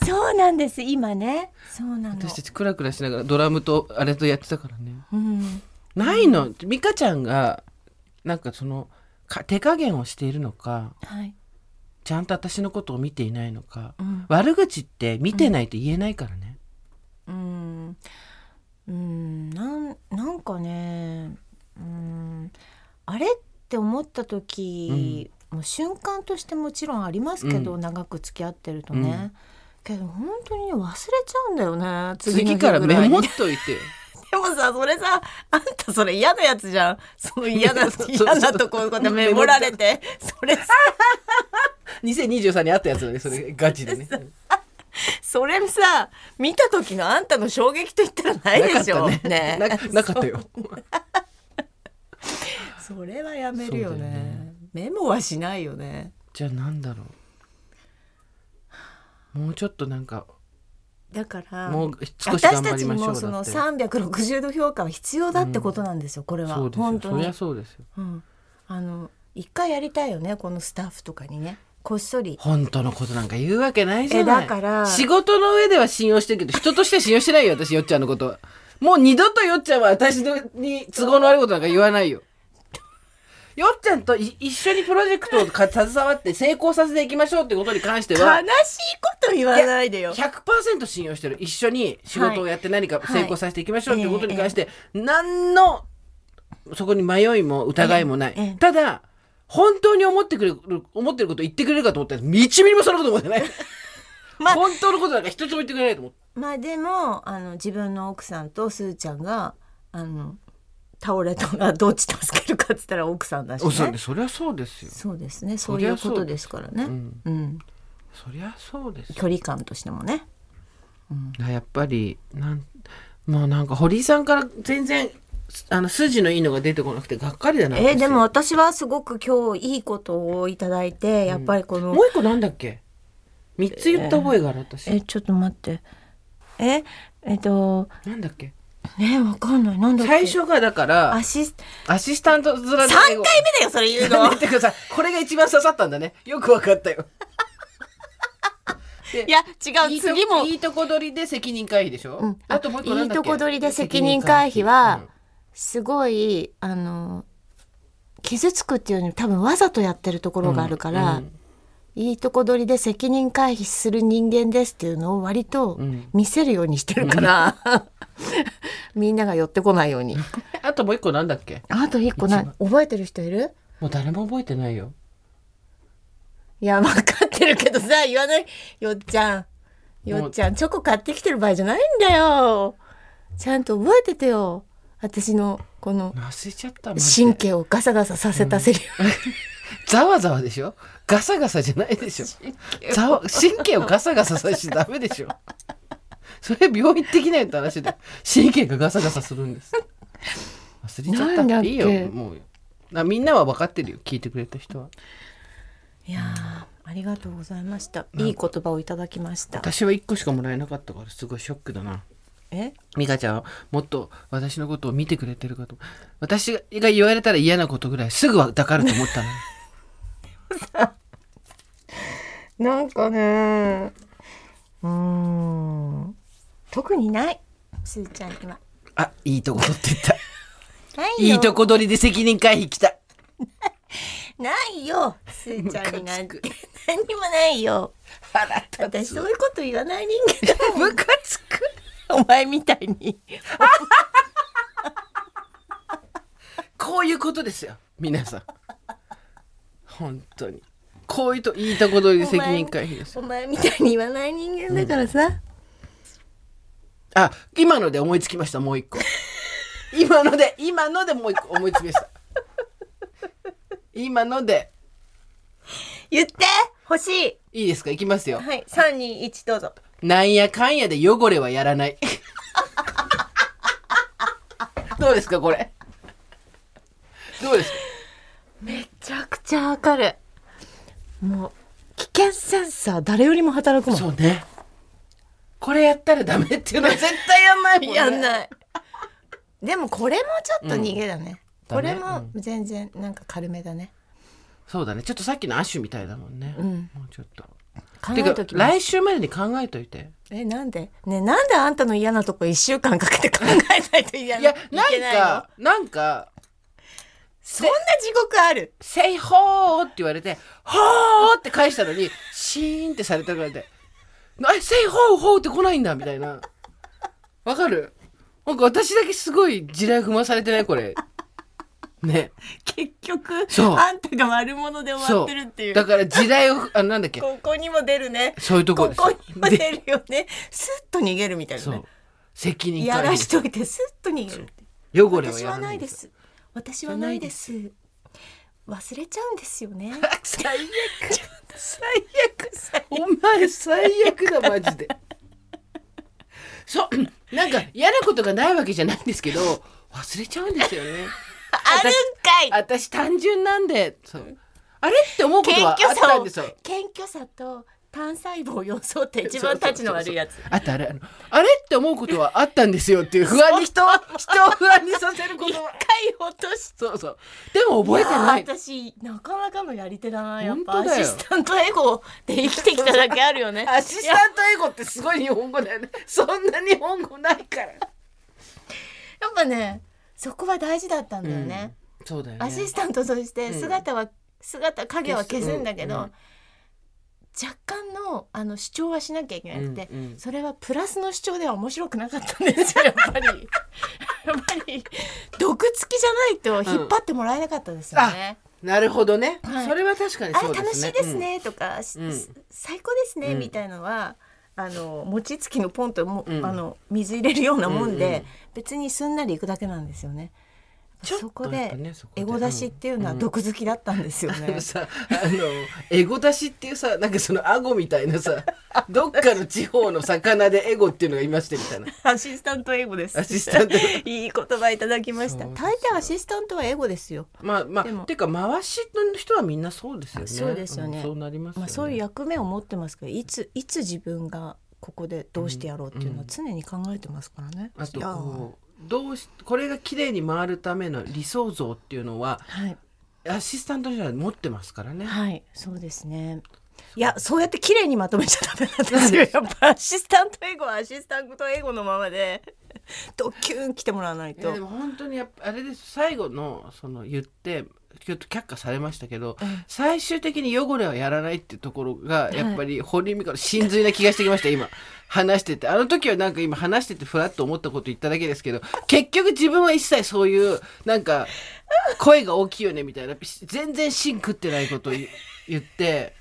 Speaker 2: そうなんです今ねそうなの
Speaker 1: 私たちクラクラしながらドラムとあれとやってたからね
Speaker 2: うん
Speaker 1: ないの美香ちゃんがなんかそのか手加減をしているのか
Speaker 2: はい
Speaker 1: ちゃんと私のことを見ていないのか、
Speaker 2: うん
Speaker 1: 悪口って見てないと言えないからね、
Speaker 2: うんうんなんなんかねうんあれって思った時、もう瞬間としてもちろんありますけど、
Speaker 1: う
Speaker 2: 長く付き合ってるとね、けど本当にね忘れちゃうんだよね次の
Speaker 1: 次
Speaker 2: 日
Speaker 1: から
Speaker 2: ぐら
Speaker 1: メ
Speaker 2: いに
Speaker 1: モっとい てよ
Speaker 2: でもさそれさあんたそれ嫌なやつじゃんその嫌な
Speaker 1: そうそう
Speaker 2: 嫌なとここうやってメモられてそれさ
Speaker 1: 2023にあったやつだねそれ ガチでね
Speaker 2: それさ見た時のあんたの衝撃と言ったら ない
Speaker 1: なか
Speaker 2: で
Speaker 1: っ
Speaker 2: しょ
Speaker 1: たね
Speaker 2: ね
Speaker 1: ななかったよ
Speaker 2: それはやめるよ
Speaker 1: そう
Speaker 2: ね
Speaker 1: だよね
Speaker 2: メモはしないよね
Speaker 1: じゃあなんだろうもうちょっとなんか
Speaker 2: だから
Speaker 1: もう少し
Speaker 2: 私
Speaker 1: 頑張
Speaker 2: た
Speaker 1: り
Speaker 2: ち
Speaker 1: ま
Speaker 2: に
Speaker 1: しょ
Speaker 2: も
Speaker 1: う
Speaker 2: そ
Speaker 1: だっ
Speaker 2: の
Speaker 1: て
Speaker 2: 360度評価は必要だってことなんですよ、これは
Speaker 1: そうです
Speaker 2: 本
Speaker 1: よ
Speaker 2: 当
Speaker 1: そり
Speaker 2: に
Speaker 1: ゃ、そうですよ
Speaker 2: うん、あの一回やりたいよねこのスタッフとかにねこっそり
Speaker 1: 本当のことなんか言うわけないじゃない
Speaker 2: えだから
Speaker 1: 仕事の上では信用してるけど人としては信用してないよ私よっちゃんのことはもう二度とよっちゃんは私のに都合の悪いことなんか言わないよよっちゃんとい一緒にプロジェクトをか 携わって成功させていきましょうってことに関して
Speaker 2: 悲し
Speaker 1: はい
Speaker 2: こと言わないでよ
Speaker 1: 100%信用してる一緒に仕事をやって何か
Speaker 2: はい
Speaker 1: 成功させていきましょうってことに関して何のそこに迷いも疑いもな
Speaker 2: えええ
Speaker 1: い
Speaker 2: え
Speaker 1: ただ本当に思ってくれる思ってることを言ってくれるかと思ったら一ミリもそんなこと思ってない
Speaker 2: まあ
Speaker 1: 本当のことなんか一つも言ってくれないと思って
Speaker 2: まあでもあの自分の奥さんとすーちゃんがあの倒れたらどっち助けるかっつったら奥さんだしね。
Speaker 1: そりゃそうですよ
Speaker 2: そうですね。そういうことですからね。
Speaker 1: う
Speaker 2: うん
Speaker 1: ん、
Speaker 2: うん、
Speaker 1: そりゃそうですよ
Speaker 2: 距離感としてもね。
Speaker 1: やっぱりなんもうなんか堀井さんから全然あの筋のいいのが出てこなくてがっかりだな
Speaker 2: えー
Speaker 1: 私
Speaker 2: でも私はすごく今日いいことをいただいて、やっぱりこの
Speaker 1: もう一個なんだっけ三つ言った覚えがある私、
Speaker 2: えちょっと待ってええっと
Speaker 1: なんだっけ
Speaker 2: ねわかんないなんだっけ
Speaker 1: 最初がだから
Speaker 2: アシス
Speaker 1: アシスタントずら
Speaker 2: 三回目だよそれ言うの
Speaker 1: 見。てくださいこれが一番刺さったんだねよくわかったよ
Speaker 2: いや違
Speaker 1: いういと
Speaker 2: 次も
Speaker 1: いいとこ取りで責任回避でしょ、
Speaker 2: うん
Speaker 1: あともう一個なんだっけ
Speaker 2: いいとこ取りで責任回避は
Speaker 1: うん
Speaker 2: すごいあの傷つくっていうのに多分わざとやってるところがあるから、
Speaker 1: うん
Speaker 2: いいとこ取りで責任回避する人間ですっていうのを割と
Speaker 1: ん
Speaker 2: 見せるようにしてるから、 みんなが寄ってこないよう に。
Speaker 1: あともう一個なんだっけ
Speaker 2: あと一個な
Speaker 1: 一番
Speaker 2: 覚えてる人いる
Speaker 1: もう誰も覚えてないよ
Speaker 2: いや分かってるけどさ言わないよっちゃんよっちゃんチョコ買ってきてる場合じゃないんだよちゃんと覚えててよ私のこの
Speaker 1: 忘れちゃったマジで
Speaker 2: 神経をガサガサさせたセリフ、
Speaker 1: ざわざわでしょガサガサじゃないでしょざわ神経をガサガサさせちゃダメでしょそれ病院的なよって話で神経がガサガサするんです忘れちゃった
Speaker 2: なんだっけ
Speaker 1: いいよもうなみんなは分かってるよ聞いてくれた人はい
Speaker 2: やーありがとうございましたいい言葉をいただきました
Speaker 1: 私は1個しかもらえなかったからすごいショックだな
Speaker 2: え
Speaker 1: 美香ちゃんはもっと私のことを見てくれてるかと私が言われたら嫌なことぐらいすぐは抱かると思った のに
Speaker 2: なんかねうーん特にないすーちゃん今
Speaker 1: あいいとこ取ってった
Speaker 2: ないよ
Speaker 1: いいとこ取りで責任回避きた
Speaker 2: ないよすーちゃんになんて 何にもないよ私そういうこと言わない人間 だムカつくお前みたいに
Speaker 1: こういうことですよ皆さん本当にこういうといいとこ取りで責任回避です
Speaker 2: お前みたいに言わない人間だからさ、
Speaker 1: あ今ので思いつきましたもう一個今ので今のでもう一個思いつきました今ので
Speaker 2: 言って欲しい
Speaker 1: いいですかいきますよ
Speaker 2: はい三二一どうぞ
Speaker 1: なんやかんやで汚れはやらないどうですかこれどうですか
Speaker 2: めちゃくちゃわかるもう危険センサー誰よりも働くもん
Speaker 1: そうねこれやったらダメっていうのは絶対やんないもんね
Speaker 2: やんないでもこれもちょっと逃げだね、
Speaker 1: うん
Speaker 2: これ
Speaker 1: だね
Speaker 2: も全然なんか軽めだね
Speaker 1: そうだねちょっとさっきの亜種みたいだもんね、
Speaker 2: うん
Speaker 1: もうちょっと
Speaker 2: 考
Speaker 1: て
Speaker 2: え
Speaker 1: か
Speaker 2: ときます
Speaker 1: 来週までに考えといて
Speaker 2: えなんでねなんであんたの嫌なとこ一週間かけて考えないと嫌
Speaker 1: い
Speaker 2: な
Speaker 1: や
Speaker 2: い
Speaker 1: なん
Speaker 2: けないの
Speaker 1: かなんか
Speaker 2: そんな地獄ある
Speaker 1: 「せいほー」って言われて「ほー」って返したのにシーンってされたからで「あせいほーほー」って来ないんだみたいなわかるなんか私だけすごい地雷踏まされてないこれね
Speaker 2: 結局
Speaker 1: そう
Speaker 2: あんたが悪者で終わ
Speaker 1: そ
Speaker 2: ってるっていう
Speaker 1: だから地雷をあなんだっけ
Speaker 2: ここにも出るね
Speaker 1: そういうとこ
Speaker 2: こ
Speaker 1: です
Speaker 2: こにも出るよねスッと逃げるみたい
Speaker 1: そ
Speaker 2: なね
Speaker 1: う責任
Speaker 2: や
Speaker 1: 回
Speaker 2: らし
Speaker 1: 避
Speaker 2: といてスッと逃げるって
Speaker 1: 汚れは
Speaker 2: 私
Speaker 1: や
Speaker 2: は
Speaker 1: ら
Speaker 2: な
Speaker 1: ないい
Speaker 2: で
Speaker 1: です
Speaker 2: す私はないです忘れちゃうんですよね
Speaker 1: 最悪
Speaker 2: 最悪最
Speaker 1: お前最悪だマジでそう なんか嫌なことがないわけじゃないんですけど忘れちゃうんですよね
Speaker 2: あるんかい
Speaker 1: 私単純なんでそうあれって思うこと
Speaker 2: 謙
Speaker 1: はあ
Speaker 2: 虚
Speaker 1: った
Speaker 2: さ
Speaker 1: ん
Speaker 2: を
Speaker 1: ですよ
Speaker 2: 謙虚さと単細胞を装って一番たちの悪いやつ
Speaker 1: そうそうそうあとあれあのあれって思うことはあったんですよっていう不安 に人を人を不安にさせるこ
Speaker 2: 一
Speaker 1: と
Speaker 2: 回
Speaker 1: は
Speaker 2: 落とし
Speaker 1: そうそうでも覚えてない
Speaker 2: 私なかなかのやり手だなやっぱ
Speaker 1: 本当
Speaker 2: ア
Speaker 1: だよ
Speaker 2: シスタントエゴで生きてきただけあるよ ね
Speaker 1: アシスタント英語ってすごい日本語だよねそんな日本語ないから
Speaker 2: やっぱねそこは大事だったんだよね、
Speaker 1: うんそうだよね
Speaker 2: アシスタントとして姿は、姿影は消すんだけど、
Speaker 1: うんうん
Speaker 2: 若干のあの主張はしなきゃいけなくて、
Speaker 1: うんうん
Speaker 2: それはプラスの主張では面白くなかったんですよやっぱ りやっぱり毒付きじゃないと引っ張ってもらえなかったですよね、
Speaker 1: なるほどね、
Speaker 2: はい
Speaker 1: それは確かに
Speaker 2: あ
Speaker 1: そ
Speaker 2: れ
Speaker 1: うで
Speaker 2: 楽
Speaker 1: すね
Speaker 2: しいですねとか、し
Speaker 1: うん
Speaker 2: 最高ですね
Speaker 1: うん
Speaker 2: みたいのは、あの餅つきのポンとも、
Speaker 1: うん
Speaker 2: あの水入れるようなもんで、
Speaker 1: うんうん
Speaker 2: 別にすんなりいくだけなんですよね。
Speaker 1: ちょっと
Speaker 2: そこ
Speaker 1: やっぱ
Speaker 2: で
Speaker 1: ねそこで
Speaker 2: エゴ出しっていうのは
Speaker 1: うん
Speaker 2: 毒好きだったんですよ
Speaker 1: あ の
Speaker 2: ね。
Speaker 1: さあのエゴ出しっていうさなんかそのアゴみたい なさどっかの地方の魚でエゴっていうのがいましてみたいな
Speaker 2: アシスタントエゴです。
Speaker 1: アシスタント
Speaker 2: いい言葉いただきました。
Speaker 1: そうです
Speaker 2: 大抵アシスタントはエゴですよ。
Speaker 1: まあま
Speaker 2: で
Speaker 1: あ
Speaker 2: も
Speaker 1: てか回しの人はみんなそうですよね
Speaker 2: そうですよね
Speaker 1: んそうなりますよ
Speaker 2: ま
Speaker 1: ね、
Speaker 2: あそういう役目を持ってますけど、いついつ自分がここでどうしてやろうっていうのは常に考えてますからね。
Speaker 1: あと
Speaker 2: いやー
Speaker 1: こうどうしこれが綺麗に回るための理想像っていうのは
Speaker 2: はい。
Speaker 1: アシスタントじゃ持ってますからね
Speaker 2: はい、そうですね。いや、そうやって綺麗にまとめちゃダメなんですよ。やっぱアシスタント英語はアシスタント英語のままで。 ドキュン来てもらわない
Speaker 1: いや
Speaker 2: と
Speaker 1: で。も本当にやっぱあれです最後のその言ってちょっと却下されましたけど最終的に汚れはやらないってところがやっぱり堀美香の真髄な気がしてきました今話しててあの時はなんか今話しててふらっと思ったこと言っただけですけど結局自分は一切そういうなんか声が大きいよねみたいな全然芯食ってないことを言言って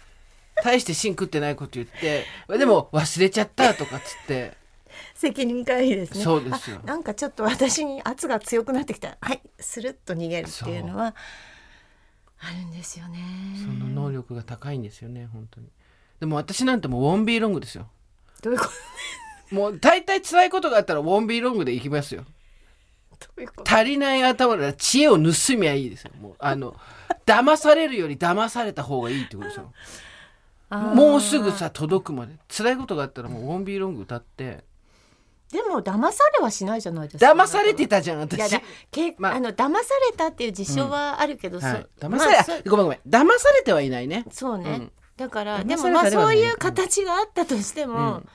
Speaker 1: 大して芯食ってないこと言ってでも忘れちゃったとかっつって
Speaker 2: 責任回避ですね
Speaker 1: そうですよ
Speaker 2: あなんかちょっと私に圧が強くなってきたらはいスルッと逃げるっていうのはあるんですよね
Speaker 1: その能力が高いんですよね本当にでも私なんてもうウォンビーロングですよ
Speaker 2: どういうこ
Speaker 1: もう大体辛いことがあったらウォンビーロングでいきますよ
Speaker 2: と どういうこと
Speaker 1: 足りない頭なら知恵を盗みゃいいですよもうあの騙されるより騙された方がいいってことですよ
Speaker 2: あー
Speaker 1: もうすぐさ届くまで辛いことがあったらもうウォンビーロング歌って
Speaker 2: でも騙されはしないじゃないですか
Speaker 1: 騙されてたじゃん
Speaker 2: いや
Speaker 1: 私
Speaker 2: だけ、
Speaker 1: まあ
Speaker 2: あの騙されたっていう事象はあるけど、そ
Speaker 1: はい、騙され、
Speaker 2: まあ
Speaker 1: あごめんごめん騙されてはいないね
Speaker 2: そうね、
Speaker 1: うん
Speaker 2: だからでも
Speaker 1: 騙され
Speaker 2: まあ
Speaker 1: たでは
Speaker 2: そ
Speaker 1: な
Speaker 2: う
Speaker 1: い
Speaker 2: いう形があったとしても、
Speaker 1: うん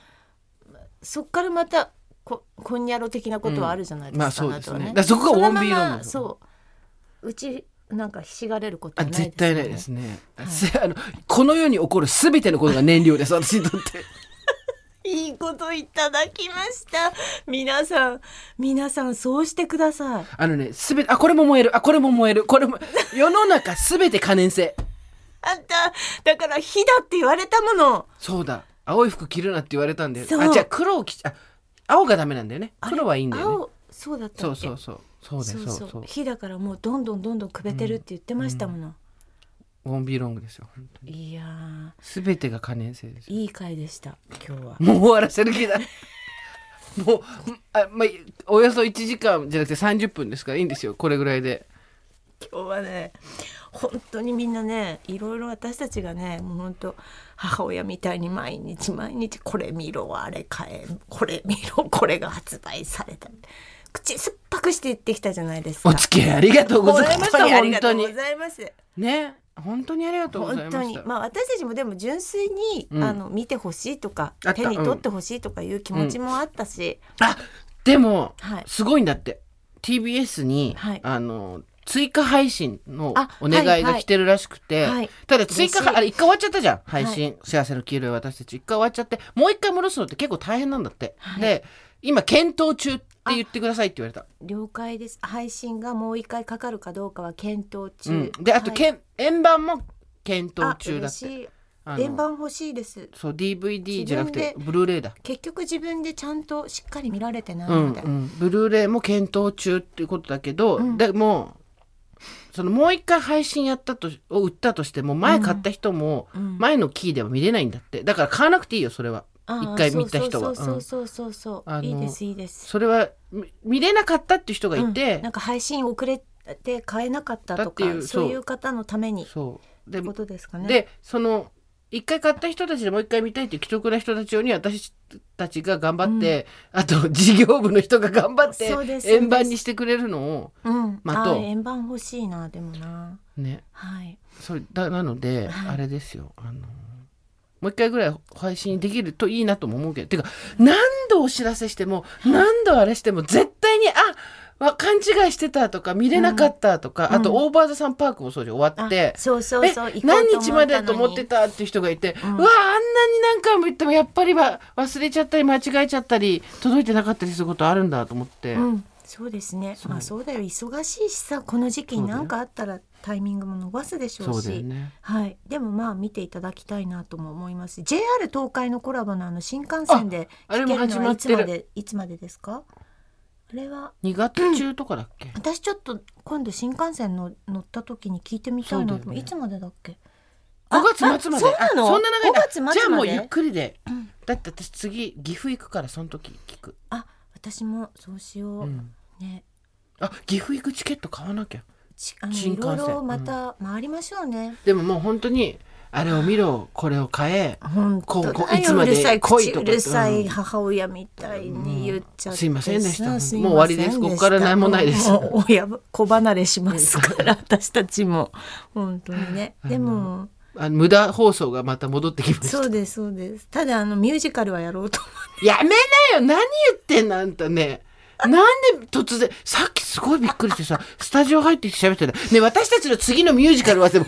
Speaker 2: そっからまたここんにゃろ的なことはあるじゃないですか、
Speaker 1: うんまあそうですね
Speaker 2: なたは
Speaker 1: だからそこがウォンビーロンドン
Speaker 2: そのままそううちなんかひしがれること
Speaker 1: あ
Speaker 2: はないです、ね、
Speaker 1: 絶対ないですね、せあのこの世に起こる全てのことが燃料です私にとって
Speaker 2: いいこといただきました皆さん皆さんそうしてください
Speaker 1: あのね全てあこれも燃えるあこれも燃えるこ れも世の中全て可燃性
Speaker 2: あんただから火だって言われたもの
Speaker 1: そうだ青い服着るなって言われたんだよ
Speaker 2: そう
Speaker 1: あじゃあ黒を着ちゃあ青がダメなんだよね
Speaker 2: あれ
Speaker 1: 黒はいいんだよね
Speaker 2: 青そうだった
Speaker 1: そ
Speaker 2: っ
Speaker 1: う
Speaker 2: け
Speaker 1: そうそうそうだよそうそう
Speaker 2: 火だからもうどんどんどんどんくべてるって言ってましたもの、
Speaker 1: ウォンビーロングですよ本当に
Speaker 2: いやー
Speaker 1: 全てが可燃性ですよ
Speaker 2: いい回でした今日は
Speaker 1: もう終わらせる気だ もうあ、まあ、およそ1時間じゃなくて30分ですからいいんですよこれぐらいで
Speaker 2: 今日はね本当にみんなねいろいろ私たちがねもう本当母親みたいに毎日毎日これ見ろあれ買えこれ見ろこれが発売された口酸っぱくして言ってきたじゃないですか
Speaker 1: お付き合いありがとうございました
Speaker 2: あり
Speaker 1: 本
Speaker 2: が
Speaker 1: 当
Speaker 2: とう
Speaker 1: に
Speaker 2: ございます
Speaker 1: ね本当にありがとうござ
Speaker 2: 本
Speaker 1: いま
Speaker 2: 当
Speaker 1: し
Speaker 2: に
Speaker 1: た、
Speaker 2: まあ私たちもでも純粋に、
Speaker 1: うん
Speaker 2: あの見てほしいとか
Speaker 1: あった
Speaker 2: 手に取ってほしいとかいう気持ちもあったし、
Speaker 1: あでも、
Speaker 2: はい
Speaker 1: すごいんだって TBS に、
Speaker 2: はい
Speaker 1: あの追加配信の
Speaker 2: あ
Speaker 1: お願いが来てるらしくて、
Speaker 2: はいはい
Speaker 1: ただ追加
Speaker 2: 嬉しい
Speaker 1: あれ一回終わっちゃったじゃん配信、幸せの黄色い私たち一回終わっちゃってもう一回戻すのって結構大変なんだって、
Speaker 2: はい
Speaker 1: で今検討中って言ってくださいって言われた、
Speaker 2: 了解です配信がもう一回かかるかどうかは検討中、
Speaker 1: うん、であと、
Speaker 2: はい
Speaker 1: けん円盤も検討中だ
Speaker 2: あ
Speaker 1: って
Speaker 2: 嬉しい
Speaker 1: あの
Speaker 2: 円盤欲しいです
Speaker 1: そう DVD じゃなくて
Speaker 2: 自分
Speaker 1: ブルーレイだ
Speaker 2: 結局自分でちゃんとしっかり見られてない
Speaker 1: うん
Speaker 2: ので、
Speaker 1: うん、ブルーレイも検討中っていうことだけど、
Speaker 2: うん
Speaker 1: でもそのもう一回配信やったとを売ったとしても前買った人も
Speaker 2: うん
Speaker 1: 前のキーでは見れないんだってだから買わなくていいよそれは
Speaker 2: あー
Speaker 1: 一回見た人は
Speaker 2: そううんそうそうそうそうそう、
Speaker 1: あの
Speaker 2: いいですいいです
Speaker 1: それはみ見れなかったっていう人がい
Speaker 2: うん
Speaker 1: て
Speaker 2: な、んか配信遅れて買えなかったとか
Speaker 1: だっていう
Speaker 2: そうい
Speaker 1: そう
Speaker 2: う方のためにっ
Speaker 1: そうで
Speaker 2: てことですかね
Speaker 1: でその一回買った人たちでもう一回見たいっていう既得な人たち用に私たちが頑張って、あと事業部の人が頑張っ
Speaker 2: そうですそうです
Speaker 1: て円盤にしてくれるのを
Speaker 2: うん、
Speaker 1: まあ
Speaker 2: あ
Speaker 1: と
Speaker 2: ー円盤欲しいなでもな
Speaker 1: ね
Speaker 2: はい
Speaker 1: それだなので、
Speaker 2: はい
Speaker 1: あれですよあのもう一回ぐらい配信できるといいなとも思うけどてか何度お知らせしても何度あれしても絶対にあわ勘違いしてたとか見れなかったとか、
Speaker 2: うん
Speaker 1: あと、オーバーザさんパークもそうじゃん終わ
Speaker 2: あ
Speaker 1: って。
Speaker 2: そうそうそう
Speaker 1: え
Speaker 2: 行こう
Speaker 1: 何日までだと思って
Speaker 2: た
Speaker 1: たっていう人がいて、
Speaker 2: ん
Speaker 1: うわあんなに何回も言ってもやっぱりは忘れちゃったり間違えちゃったり届いてなかったりすることあるんだと思って、
Speaker 2: のにうんそうですねまあそうだよ忙しいしさこの時期に何かあったらタイミングも逃すでしょ
Speaker 1: そううだよ
Speaker 2: し
Speaker 1: ね
Speaker 2: はい、でもまあ見ていただきたいなとも思いますし JR 東海のコラボのあの新幹線で
Speaker 1: ああれ
Speaker 2: 聞
Speaker 1: も
Speaker 2: けるの
Speaker 1: 始ま
Speaker 2: は
Speaker 1: っ
Speaker 2: い
Speaker 1: て
Speaker 2: つ
Speaker 1: る
Speaker 2: までいつまでですかあれは
Speaker 1: 2月中とかだっけ、
Speaker 2: 私ちょっと今度新幹線の乗った時に聞いてみたい
Speaker 1: そう
Speaker 2: な
Speaker 1: だ
Speaker 2: と
Speaker 1: よ
Speaker 2: 思
Speaker 1: ね
Speaker 2: う、いつまでだっけ
Speaker 1: 5月末まで
Speaker 2: あそうなの
Speaker 1: あそんな長いんだ
Speaker 2: 5月末まで
Speaker 1: じゃあもうゆっくりで、だって私次岐阜行くからその時聞く、
Speaker 2: あ私もそうしよう、
Speaker 1: うん
Speaker 2: ね
Speaker 1: あ岐阜行くチケット買わなきゃ
Speaker 2: ちあの
Speaker 1: 新
Speaker 2: い
Speaker 1: 幹
Speaker 2: ろ
Speaker 1: 線
Speaker 2: いろまた回りましょうね、
Speaker 1: でももう本当にあれを見ろこれを買え
Speaker 2: 本
Speaker 1: こう
Speaker 2: 当
Speaker 1: こう
Speaker 2: だ
Speaker 1: いつ
Speaker 2: よ
Speaker 1: ま
Speaker 2: う
Speaker 1: で
Speaker 2: るさい
Speaker 1: 来いと
Speaker 2: 口
Speaker 1: か
Speaker 2: うるさ
Speaker 1: うん
Speaker 2: い母親みたいに言っちゃってさ、
Speaker 1: すいませんでした
Speaker 2: すいません
Speaker 1: もう終わりですこっから何もないです
Speaker 2: もうもう親子離れしますから 私たちも本当にねでも
Speaker 1: あの無駄放送がまた戻ってきました
Speaker 2: そうですそうですただあのミュージカルはやろうと思って
Speaker 1: やめなよ何言ってんのあんたねなんで突然、さっきすごいびっくりしてさ、スタジオ入ってきて喋ってた。ね、私たちの次のミュージカルはでも、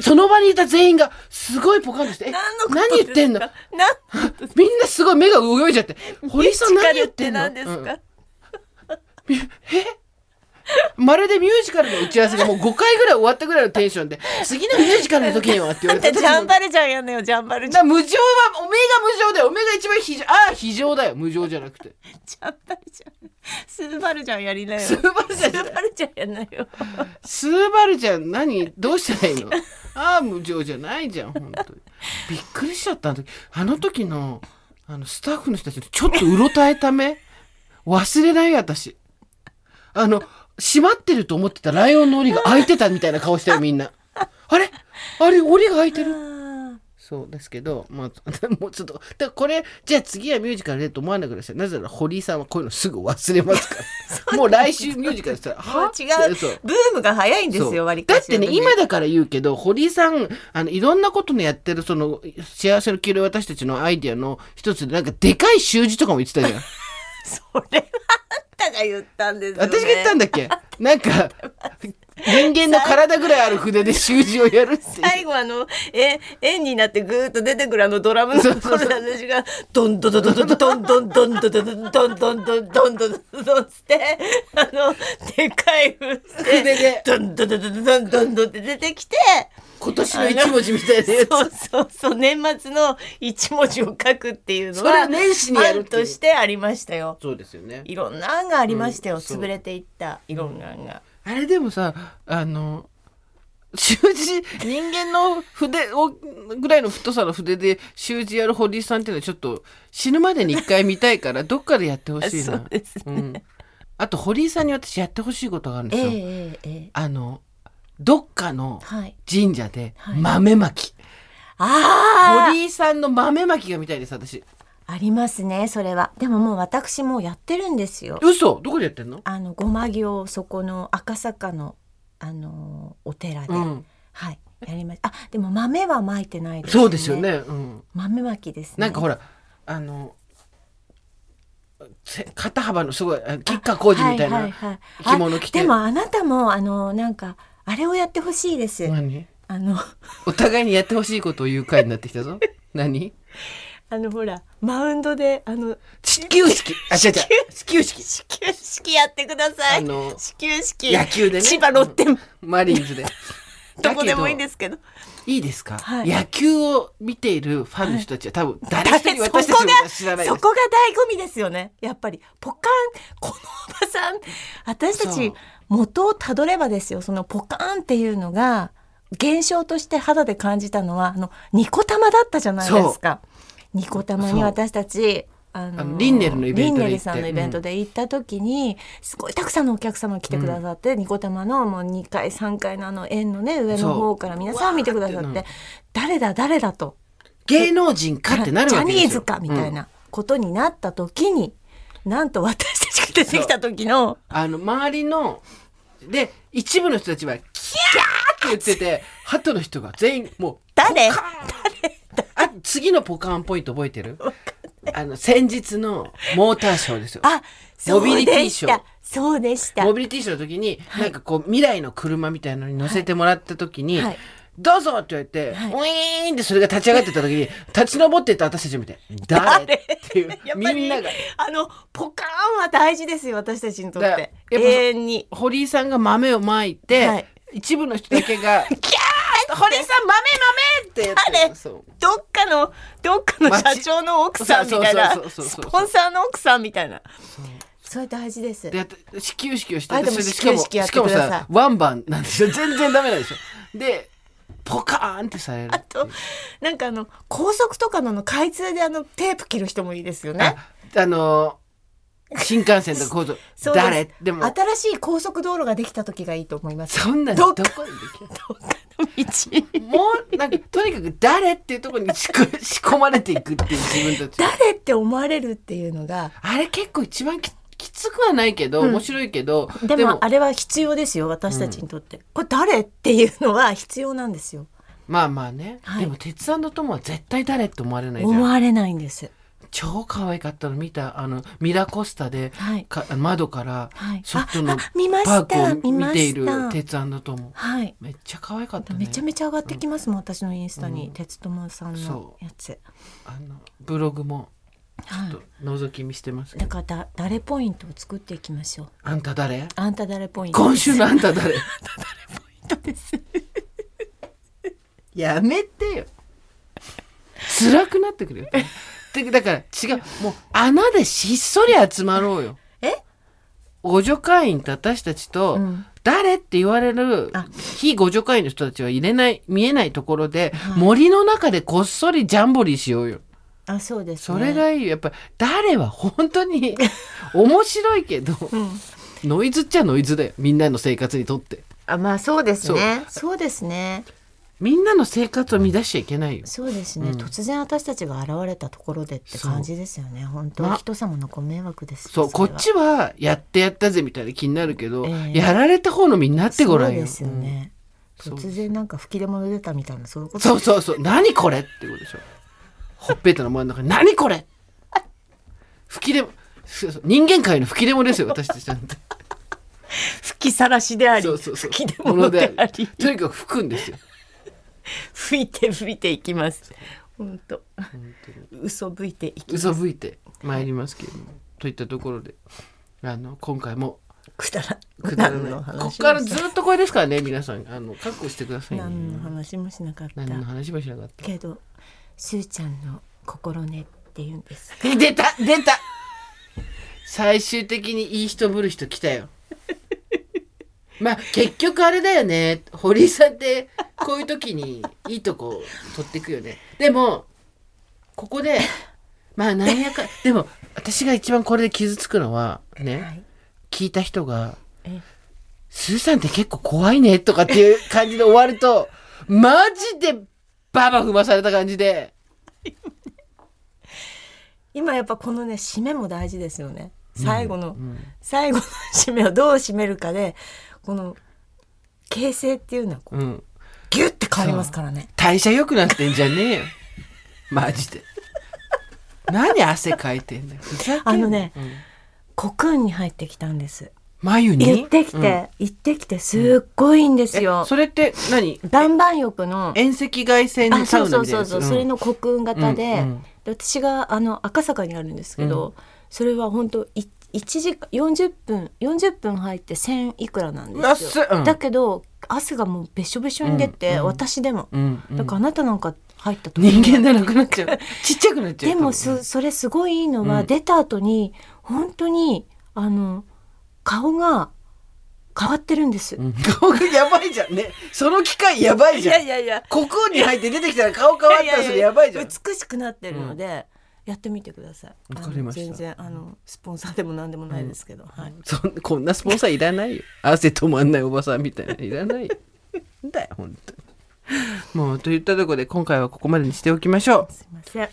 Speaker 1: その場にいた全員がすごいポカンとして、え、 何言ってんの
Speaker 2: なん
Speaker 1: みんなすごい目が泳いじゃって、堀さん何言ってんの
Speaker 2: ミュージカルって何ですか、
Speaker 1: まるでミュージカルの打ち合わせがもう5回ぐらい終わったぐらいのテンションで、次のミュージカルの時にはって言わ
Speaker 2: だ
Speaker 1: れ。
Speaker 2: ってて ジャンバルジャンやんのよジャンバル
Speaker 1: だ
Speaker 2: ジャ
Speaker 1: か
Speaker 2: ン
Speaker 1: ら無情は、おめえが無情だよ。おめえが一番非常、ああ、非常だよ。無情じゃなくて。
Speaker 2: ジャンバルジャンスーバルジャンやりなよ
Speaker 1: スーバルジャン
Speaker 2: スーバルジャンやんなよ
Speaker 1: スーバルじゃん 何どうしたらいいのああ無情じゃないじゃん本当にびっくりしちゃったあの時あの時のあのスタッフの人たちのちょっとうろたえた目忘れないよ私あの閉まってると思ってたライオンの檻が開いてたみたいな顔したよみんなあれあれ檻が開いてるそうですけど、まあ、 もうちょっと、だからこれ、じゃあ次はミュージカルでと思わなください。なぜなら、堀井さんはこういうのすぐ忘れます から。もう来週ミュージカルした
Speaker 2: も
Speaker 1: ら、
Speaker 2: う
Speaker 1: は
Speaker 2: 違
Speaker 1: そううそう
Speaker 2: ブームが早いんです
Speaker 1: そ
Speaker 2: よ
Speaker 1: う
Speaker 2: 割り
Speaker 1: だ
Speaker 2: か
Speaker 1: っ
Speaker 2: して
Speaker 1: ね今だから言うけど堀井さんあのいろんなことのやってるその幸せの黄色い私たちのアイディアの一つでなんかでかい習字とかも言ってたじゃん
Speaker 2: それはあんたが言ったんですよ、ね、
Speaker 1: 私が言ったんだっけなんか人間の体ぐらいある筆で習字をや るっていう
Speaker 2: 最後あのえ円になってぐーっと出てくるあのドラムのところで私がドンドドドドドンドンドンドドドドンドンドンドンドンドンドンってあのでかい
Speaker 1: 筆で
Speaker 2: ドンドドドドドンドンドンって出てきて
Speaker 1: 今年の一文字みたいなやつ
Speaker 2: そうそうそう年末の一文字を書くっていうの
Speaker 1: それ
Speaker 2: は
Speaker 1: を年始にやるっ
Speaker 2: 案
Speaker 1: ていう
Speaker 2: としてありましたよ
Speaker 1: そうですよね
Speaker 2: いろんな案がありましたよ、
Speaker 1: うんそう
Speaker 2: 潰れていったいろんな案が。
Speaker 1: あれでもさあの習字人間の筆をぐらいの太さの筆で習字やる堀井さんっていうのはちょっと死ぬまでに一回見たいからどっかでやってほしいな。
Speaker 2: そうですね
Speaker 1: ん、あと堀井さんに私やってほしいことがあるんで
Speaker 2: え
Speaker 1: すよ。
Speaker 2: えええ
Speaker 1: あのどっかの
Speaker 2: はい。
Speaker 1: 神社で
Speaker 2: はい
Speaker 1: 豆まき、
Speaker 2: ああ
Speaker 1: 堀井さんの豆まきが見たいです私。
Speaker 2: ありますねそれはでももう私もうやってるんですよ
Speaker 1: 嘘どこでやってんの？
Speaker 2: あのごま行そこの赤坂のあのーお寺で、
Speaker 1: うん、
Speaker 2: はいやりましたあでも豆はまいてないです
Speaker 1: そうですよね。うん。
Speaker 2: 豆まきですね
Speaker 1: なんかほら、あのせ肩幅のすごいあ吉川浩司みたい
Speaker 2: は
Speaker 1: な
Speaker 2: ははい
Speaker 1: 着物着て
Speaker 2: あでもあなたもあのなんかあれをやってほしいです、
Speaker 1: 何
Speaker 2: あの
Speaker 1: お互いにやってほしいことを言う回になってきたぞ何
Speaker 2: あのほらマウンドであの
Speaker 1: 始球式あ違う違う始球式
Speaker 2: 始球式やってください
Speaker 1: あの
Speaker 2: 始球式
Speaker 1: 野球でね
Speaker 2: 千葉ロッテ、
Speaker 1: マリーンズで
Speaker 2: どこでもいいんですすけど
Speaker 1: いいですか、
Speaker 2: はい
Speaker 1: 野球を見ているファンの人たちは多分誰一人
Speaker 2: そ
Speaker 1: 私た
Speaker 2: こ
Speaker 1: ちのこと
Speaker 2: が
Speaker 1: は知らない
Speaker 2: そ
Speaker 1: です
Speaker 2: こが醍醐味ですよねやっぱりポカンこのおばさん私た
Speaker 1: そう
Speaker 2: ち元をたどればですよそのポカンっていうのが現象として肌で感じたのはあのニコ玉だったじゃないですかニコ玉
Speaker 1: そう
Speaker 2: に私たちあの
Speaker 1: あのリンネルのイベントで行
Speaker 2: リン
Speaker 1: って
Speaker 2: ネルさんのイベントで行った時に、すごいたくさんのお客様が来てくださって、ニコ玉のもう2階3階のあの円のね上の方から皆さん見てくださ
Speaker 1: うわ
Speaker 2: っ
Speaker 1: ーって
Speaker 2: て誰だ誰だと
Speaker 1: 芸能人かってなるわけです
Speaker 2: ジャ
Speaker 1: よ
Speaker 2: ニーズかみたい
Speaker 1: うん
Speaker 2: なことになった時に、なんと私たちが出てきた時の
Speaker 1: あの周りので一部の人たちはキャーって言ってて鳩の人が全員もう
Speaker 2: 誰
Speaker 1: あ次のポカーンポイント覚えてるあの先日のモーターショーですよ
Speaker 2: あそ
Speaker 1: モビ
Speaker 2: う
Speaker 1: リティ
Speaker 2: で
Speaker 1: シ
Speaker 2: し
Speaker 1: ョー
Speaker 2: たそうでした
Speaker 1: モビリティショーの時に、なんかこう未来の車みたいのに乗せてもらった時に、
Speaker 2: はい
Speaker 1: どうぞって言われて、
Speaker 2: はい
Speaker 1: ウィーンってそれが立ち上がってた時に立ち上ってった私たちを見て誰
Speaker 2: 誰
Speaker 1: っていう
Speaker 2: やっぱり
Speaker 1: みんなが
Speaker 2: あのポカーンは大事ですよ私たちにとっ
Speaker 1: だから
Speaker 2: て
Speaker 1: やっぱそ
Speaker 2: 永遠に
Speaker 1: 堀井さんが豆をまいて、
Speaker 2: はい
Speaker 1: 一部の人だけが「キャー!」堀井さん豆豆!」ってやって
Speaker 2: 誰
Speaker 1: そう
Speaker 2: どっかのどっかの社
Speaker 1: 街
Speaker 2: 長の奥さんみたいな
Speaker 1: そうそうそうそう
Speaker 2: ス
Speaker 1: そう
Speaker 2: ポンサーの奥さんみたいなそれ大事です
Speaker 1: でやって始球式をして
Speaker 2: あでも
Speaker 1: それで
Speaker 2: 始球式やって
Speaker 1: しかもし
Speaker 2: くだ
Speaker 1: か
Speaker 2: さい
Speaker 1: もさワンバンなんですよ 全然ダメなんですよでポカーンってされる
Speaker 2: あとなんかあの高速とかのあの開通であのテープ切る人もいいですよね
Speaker 1: ああのー新幹線とかこう
Speaker 2: そ
Speaker 1: と
Speaker 2: うです
Speaker 1: 誰でも
Speaker 2: 新しい高速道路ができた時がいいと思い ます。
Speaker 1: そんな
Speaker 2: ど
Speaker 1: の
Speaker 2: っか
Speaker 1: どこにできる
Speaker 2: どっかの道。
Speaker 1: もうなんかとにかく誰っていうところに仕込 仕込まれていくっていう自分たち
Speaker 2: 誰って思われるっていうのが、
Speaker 1: あれ結構一番ききつくはないけど、面白いけど
Speaker 2: でもあれは必要ですよ、私たちにとって。これ誰っていうのは必要なんですよ。
Speaker 1: まあまあね、
Speaker 2: はい
Speaker 1: でも「鉄腕の友」は絶対誰って思われないじゃ
Speaker 2: 思
Speaker 1: ん
Speaker 2: われないんです。
Speaker 1: 超可愛かったの見たあのミラコスタで
Speaker 2: はい
Speaker 1: か窓から
Speaker 2: はい
Speaker 1: ソフトの
Speaker 2: ああ見ま
Speaker 1: パー
Speaker 2: し
Speaker 1: クを
Speaker 2: た見
Speaker 1: 見
Speaker 2: ま
Speaker 1: ている
Speaker 2: した
Speaker 1: 鉄アンドトモ
Speaker 2: はい
Speaker 1: めっちゃ可愛かったね
Speaker 2: めちゃめちゃ上がってきますもん、私のインスタに、
Speaker 1: うん
Speaker 2: 鉄友さんの
Speaker 1: そ
Speaker 2: やつ、
Speaker 1: あのブログも
Speaker 2: は
Speaker 1: ちょっ
Speaker 2: い、
Speaker 1: と覗き見してますけ
Speaker 2: だ
Speaker 1: ど
Speaker 2: からだ誰ポイントを作っていきましょう
Speaker 1: あんた誰
Speaker 2: あんた誰ポイント
Speaker 1: 今週のあんた誰
Speaker 2: です
Speaker 1: やめてよ辛くなってくるよてだから違うもう穴でひっそり集まろうよ
Speaker 2: え
Speaker 1: 互助会員と私たちと、
Speaker 2: うん
Speaker 1: 誰って言われる
Speaker 2: あ
Speaker 1: 非互助会員の人たちは入れない見えないところで、
Speaker 2: はい
Speaker 1: 森の中でこっそりジャンボリーしようよ
Speaker 2: あそうです、
Speaker 1: そ
Speaker 2: ね、
Speaker 1: れがいいよやっぱ誰は本当 に面白いけど
Speaker 2: うん
Speaker 1: ノイズっちゃノイズだよみんなの生活にとって
Speaker 2: あまあそうですねそうですね
Speaker 1: みんなの生活を乱しちゃいけないよ
Speaker 2: そうですね、
Speaker 1: うん
Speaker 2: 突然私たちが現れたところでって感じですよね本当
Speaker 1: ま
Speaker 2: 人様のご迷惑です
Speaker 1: そうこ
Speaker 2: れは
Speaker 1: っちはやってやったぜみたいな気になるけど、
Speaker 2: ええ
Speaker 1: やられた方の身になってごらん
Speaker 2: そう
Speaker 1: よ
Speaker 2: ですよね、
Speaker 1: うん
Speaker 2: 突然なんか吹き出物出たみたいなそういう
Speaker 1: う
Speaker 2: こ
Speaker 1: ん
Speaker 2: と
Speaker 1: そうそうそう何これってことでしょほっぺたの真ん中に何これ吹き出もそうそう人間界の吹き出もですよ私たちなんて
Speaker 2: 吹きさらしであ
Speaker 1: そうそうそう
Speaker 2: 吹き出物であり
Speaker 1: とにかく吹くんですよ
Speaker 2: 吹いて吹いていきます本当嘘吹いていき
Speaker 1: 嘘吹いてまいりますけれどもといったところであの今回も
Speaker 2: くだら
Speaker 1: くだら
Speaker 2: 何
Speaker 1: ない
Speaker 2: の話
Speaker 1: こ
Speaker 2: も
Speaker 1: こから
Speaker 2: し
Speaker 1: ず
Speaker 2: な
Speaker 1: っとこれですからね皆さんあの覚悟してくださいね
Speaker 2: 何の話もしなかった
Speaker 1: 何の話もしなかった
Speaker 2: けどすーちゃんの心根って言うんです
Speaker 1: 出た出た最終的にいい人ぶる人来たよまあ結局あれだよね堀井さんってこういう時にいいとこ取ってくよねでもここでまあなんやかでも私が一番これで傷つくのは
Speaker 2: は
Speaker 1: ね
Speaker 2: い
Speaker 1: 聞いた人が
Speaker 2: え
Speaker 1: 「スーさんって結構怖いね」とかっていう感じで終わるとマジでババ踏まされた感じで。
Speaker 2: 今やっぱこのね締めも大事ですよね最後の、
Speaker 1: うん
Speaker 2: 最後の締めをどう締めるかでこの形成っていうのはこう
Speaker 1: うん
Speaker 2: ギュッて変わりますからね
Speaker 1: 代謝良くなってんじゃねえよマジで何汗かいてんだよふざけんな
Speaker 2: あのね
Speaker 1: うん
Speaker 2: コクーンに入ってきたんです
Speaker 1: 眉に
Speaker 2: 行ってきて、
Speaker 1: うん
Speaker 2: 行ってきてすっごいいいんです
Speaker 1: え
Speaker 2: よ
Speaker 1: それって何
Speaker 2: 岩盤浴の
Speaker 1: 遠赤外線
Speaker 2: あ
Speaker 1: サ
Speaker 2: そう
Speaker 1: ウ
Speaker 2: そ
Speaker 1: ナみ
Speaker 2: う
Speaker 1: たいな
Speaker 2: そうそ
Speaker 1: やつ
Speaker 2: う、それ
Speaker 1: ん
Speaker 2: のコクーン型で,、
Speaker 1: うんうん
Speaker 2: で私があの赤坂にあるんですけど、それは本当い1時間40分40分入って1,000いくらなんですよ、
Speaker 1: 安っうん
Speaker 2: だけど汗がもうべしょべしょに出て、
Speaker 1: うんうん
Speaker 2: 私でも、
Speaker 1: うんうん
Speaker 2: だからあなたなんか入った時
Speaker 1: 人間じゃなくなっちゃうちっちゃくなっちゃう
Speaker 2: でも
Speaker 1: 多
Speaker 2: す
Speaker 1: 分
Speaker 2: それすごいいいのは、
Speaker 1: うん
Speaker 2: 出た後に本当にあの顔が変わってるんです、
Speaker 1: うん顔がやばいじゃんねその機械やばいじゃん
Speaker 2: やいや
Speaker 1: コクーンに入って出てきたら顔変わったらそれやばいじゃん
Speaker 2: 美しくなってるので、やってみてください
Speaker 1: わかりました
Speaker 2: あの全然あのスポンサーでも何でもないですけど、はい
Speaker 1: そんこんなスポンサーいらないよ 汗止まんないおばさんみたいないらないよなんだよ本当にもうといったところで今回はここまでにしておきましょ
Speaker 2: すいません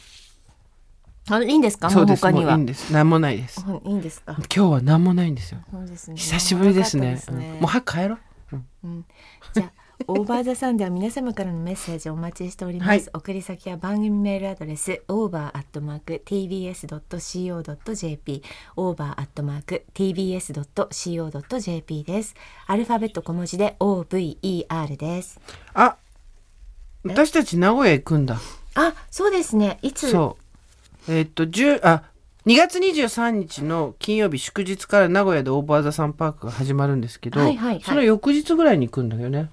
Speaker 2: あれいいんです
Speaker 1: う
Speaker 2: か
Speaker 1: そう
Speaker 2: もう
Speaker 1: です
Speaker 2: 他に
Speaker 1: もういい
Speaker 2: は
Speaker 1: んです何もないです
Speaker 2: うんいいんですか
Speaker 1: 今日は何もないんですよ
Speaker 2: そうですね
Speaker 1: 久しぶりですね
Speaker 2: 長かった
Speaker 1: うんもう早く帰ろう
Speaker 2: うんじゃあオーバーザさんでは皆様からのメッセージをお待ちしております、
Speaker 1: はい
Speaker 2: 送り先は番組メールアドレス over.tbs.co.jp over.tbs.co.jp ですアルファベット小文字で over です
Speaker 1: あ私たち名古屋行くんだ
Speaker 2: あそうですねいつ
Speaker 1: そうえーっと10あ2月23日の金曜日祝日から名古屋でオーバーザサンパークが始まるんですけど、
Speaker 2: はいはいはい
Speaker 1: その翌日ぐらいに行くんだよね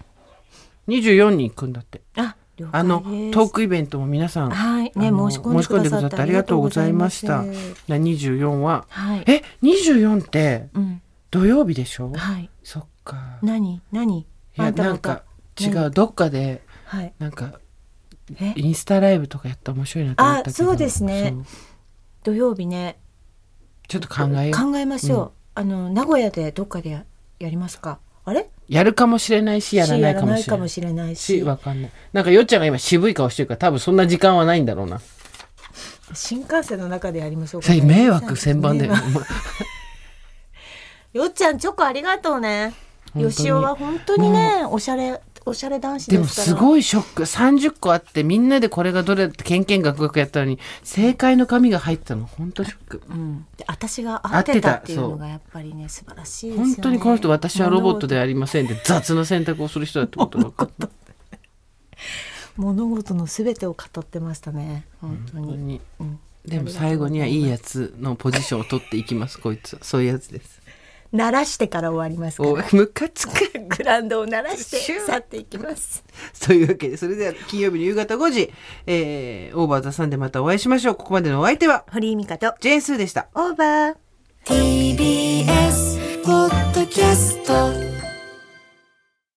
Speaker 1: 24に行くんだって
Speaker 2: あ了解です
Speaker 1: あのトークイベントも皆さん、
Speaker 2: はい
Speaker 1: あ
Speaker 2: ね
Speaker 1: の
Speaker 2: 申し込んでくださって
Speaker 1: ありがとうございました。
Speaker 2: あり
Speaker 1: な
Speaker 2: がとうございます
Speaker 1: 24は、
Speaker 2: はい
Speaker 1: え24って
Speaker 2: うん
Speaker 1: 土曜日でしょ？
Speaker 2: はい
Speaker 1: そっか。
Speaker 2: 何何
Speaker 1: いや
Speaker 2: あた
Speaker 1: な
Speaker 2: ま
Speaker 1: ん
Speaker 2: た
Speaker 1: か違うどっかで
Speaker 2: はい
Speaker 1: なんか
Speaker 2: え
Speaker 1: インスタライブとかやったら面白いなと思ったけど。
Speaker 2: あそうですね
Speaker 1: そう。
Speaker 2: 土曜日ね
Speaker 1: ちょっと考えよう
Speaker 2: 考えましょう、あの名古屋でどっかでややりますかあれ
Speaker 1: やるかもしれないしやらないかもしれない。
Speaker 2: しれないし
Speaker 1: しわかんない。なんかよっちゃんが今渋い顔してるから多分そんな時間はないんだろうな。
Speaker 2: 新幹線の中でやりましょうか
Speaker 1: そ
Speaker 2: ね、
Speaker 1: れ迷惑千番で。
Speaker 2: 迷惑よっちゃんチョコありがとうね
Speaker 1: 本当に
Speaker 2: よしおは本当にねおしゃれおしゃれ男子
Speaker 1: で
Speaker 2: で
Speaker 1: も
Speaker 2: すから
Speaker 1: すごいショック30個あってみんなでこれがどれってけんけんがくがくやったのに正解の紙が入ってたの本当ショック
Speaker 2: うん、で私が
Speaker 1: 合
Speaker 2: 合
Speaker 1: っ
Speaker 2: ってて
Speaker 1: た
Speaker 2: たっていうのがやっぱりね素晴らしいですよね
Speaker 1: 本当にこの人私はロボットではありませんで雑な選択をする人だってことが分かった
Speaker 2: 物事のすべてを語ってましたね本当
Speaker 1: 本当
Speaker 2: に、
Speaker 1: に
Speaker 2: うん
Speaker 1: でも最後にはいいやつのポジションを取っていきますこいつは そういうやつです
Speaker 2: 鳴らしてから終わりますか
Speaker 1: お
Speaker 2: ら
Speaker 1: ムカつく
Speaker 2: グラウンドを鳴らして
Speaker 1: シュー
Speaker 2: 去っていきます
Speaker 1: というわけでそれでは金曜日の夕方5時、えー、オーバーザさんでまたお会いしましょうここまでのお相手は
Speaker 2: 堀井美香と
Speaker 1: ジェーンスーでした
Speaker 2: オーバー
Speaker 3: TBS ポッドキャスト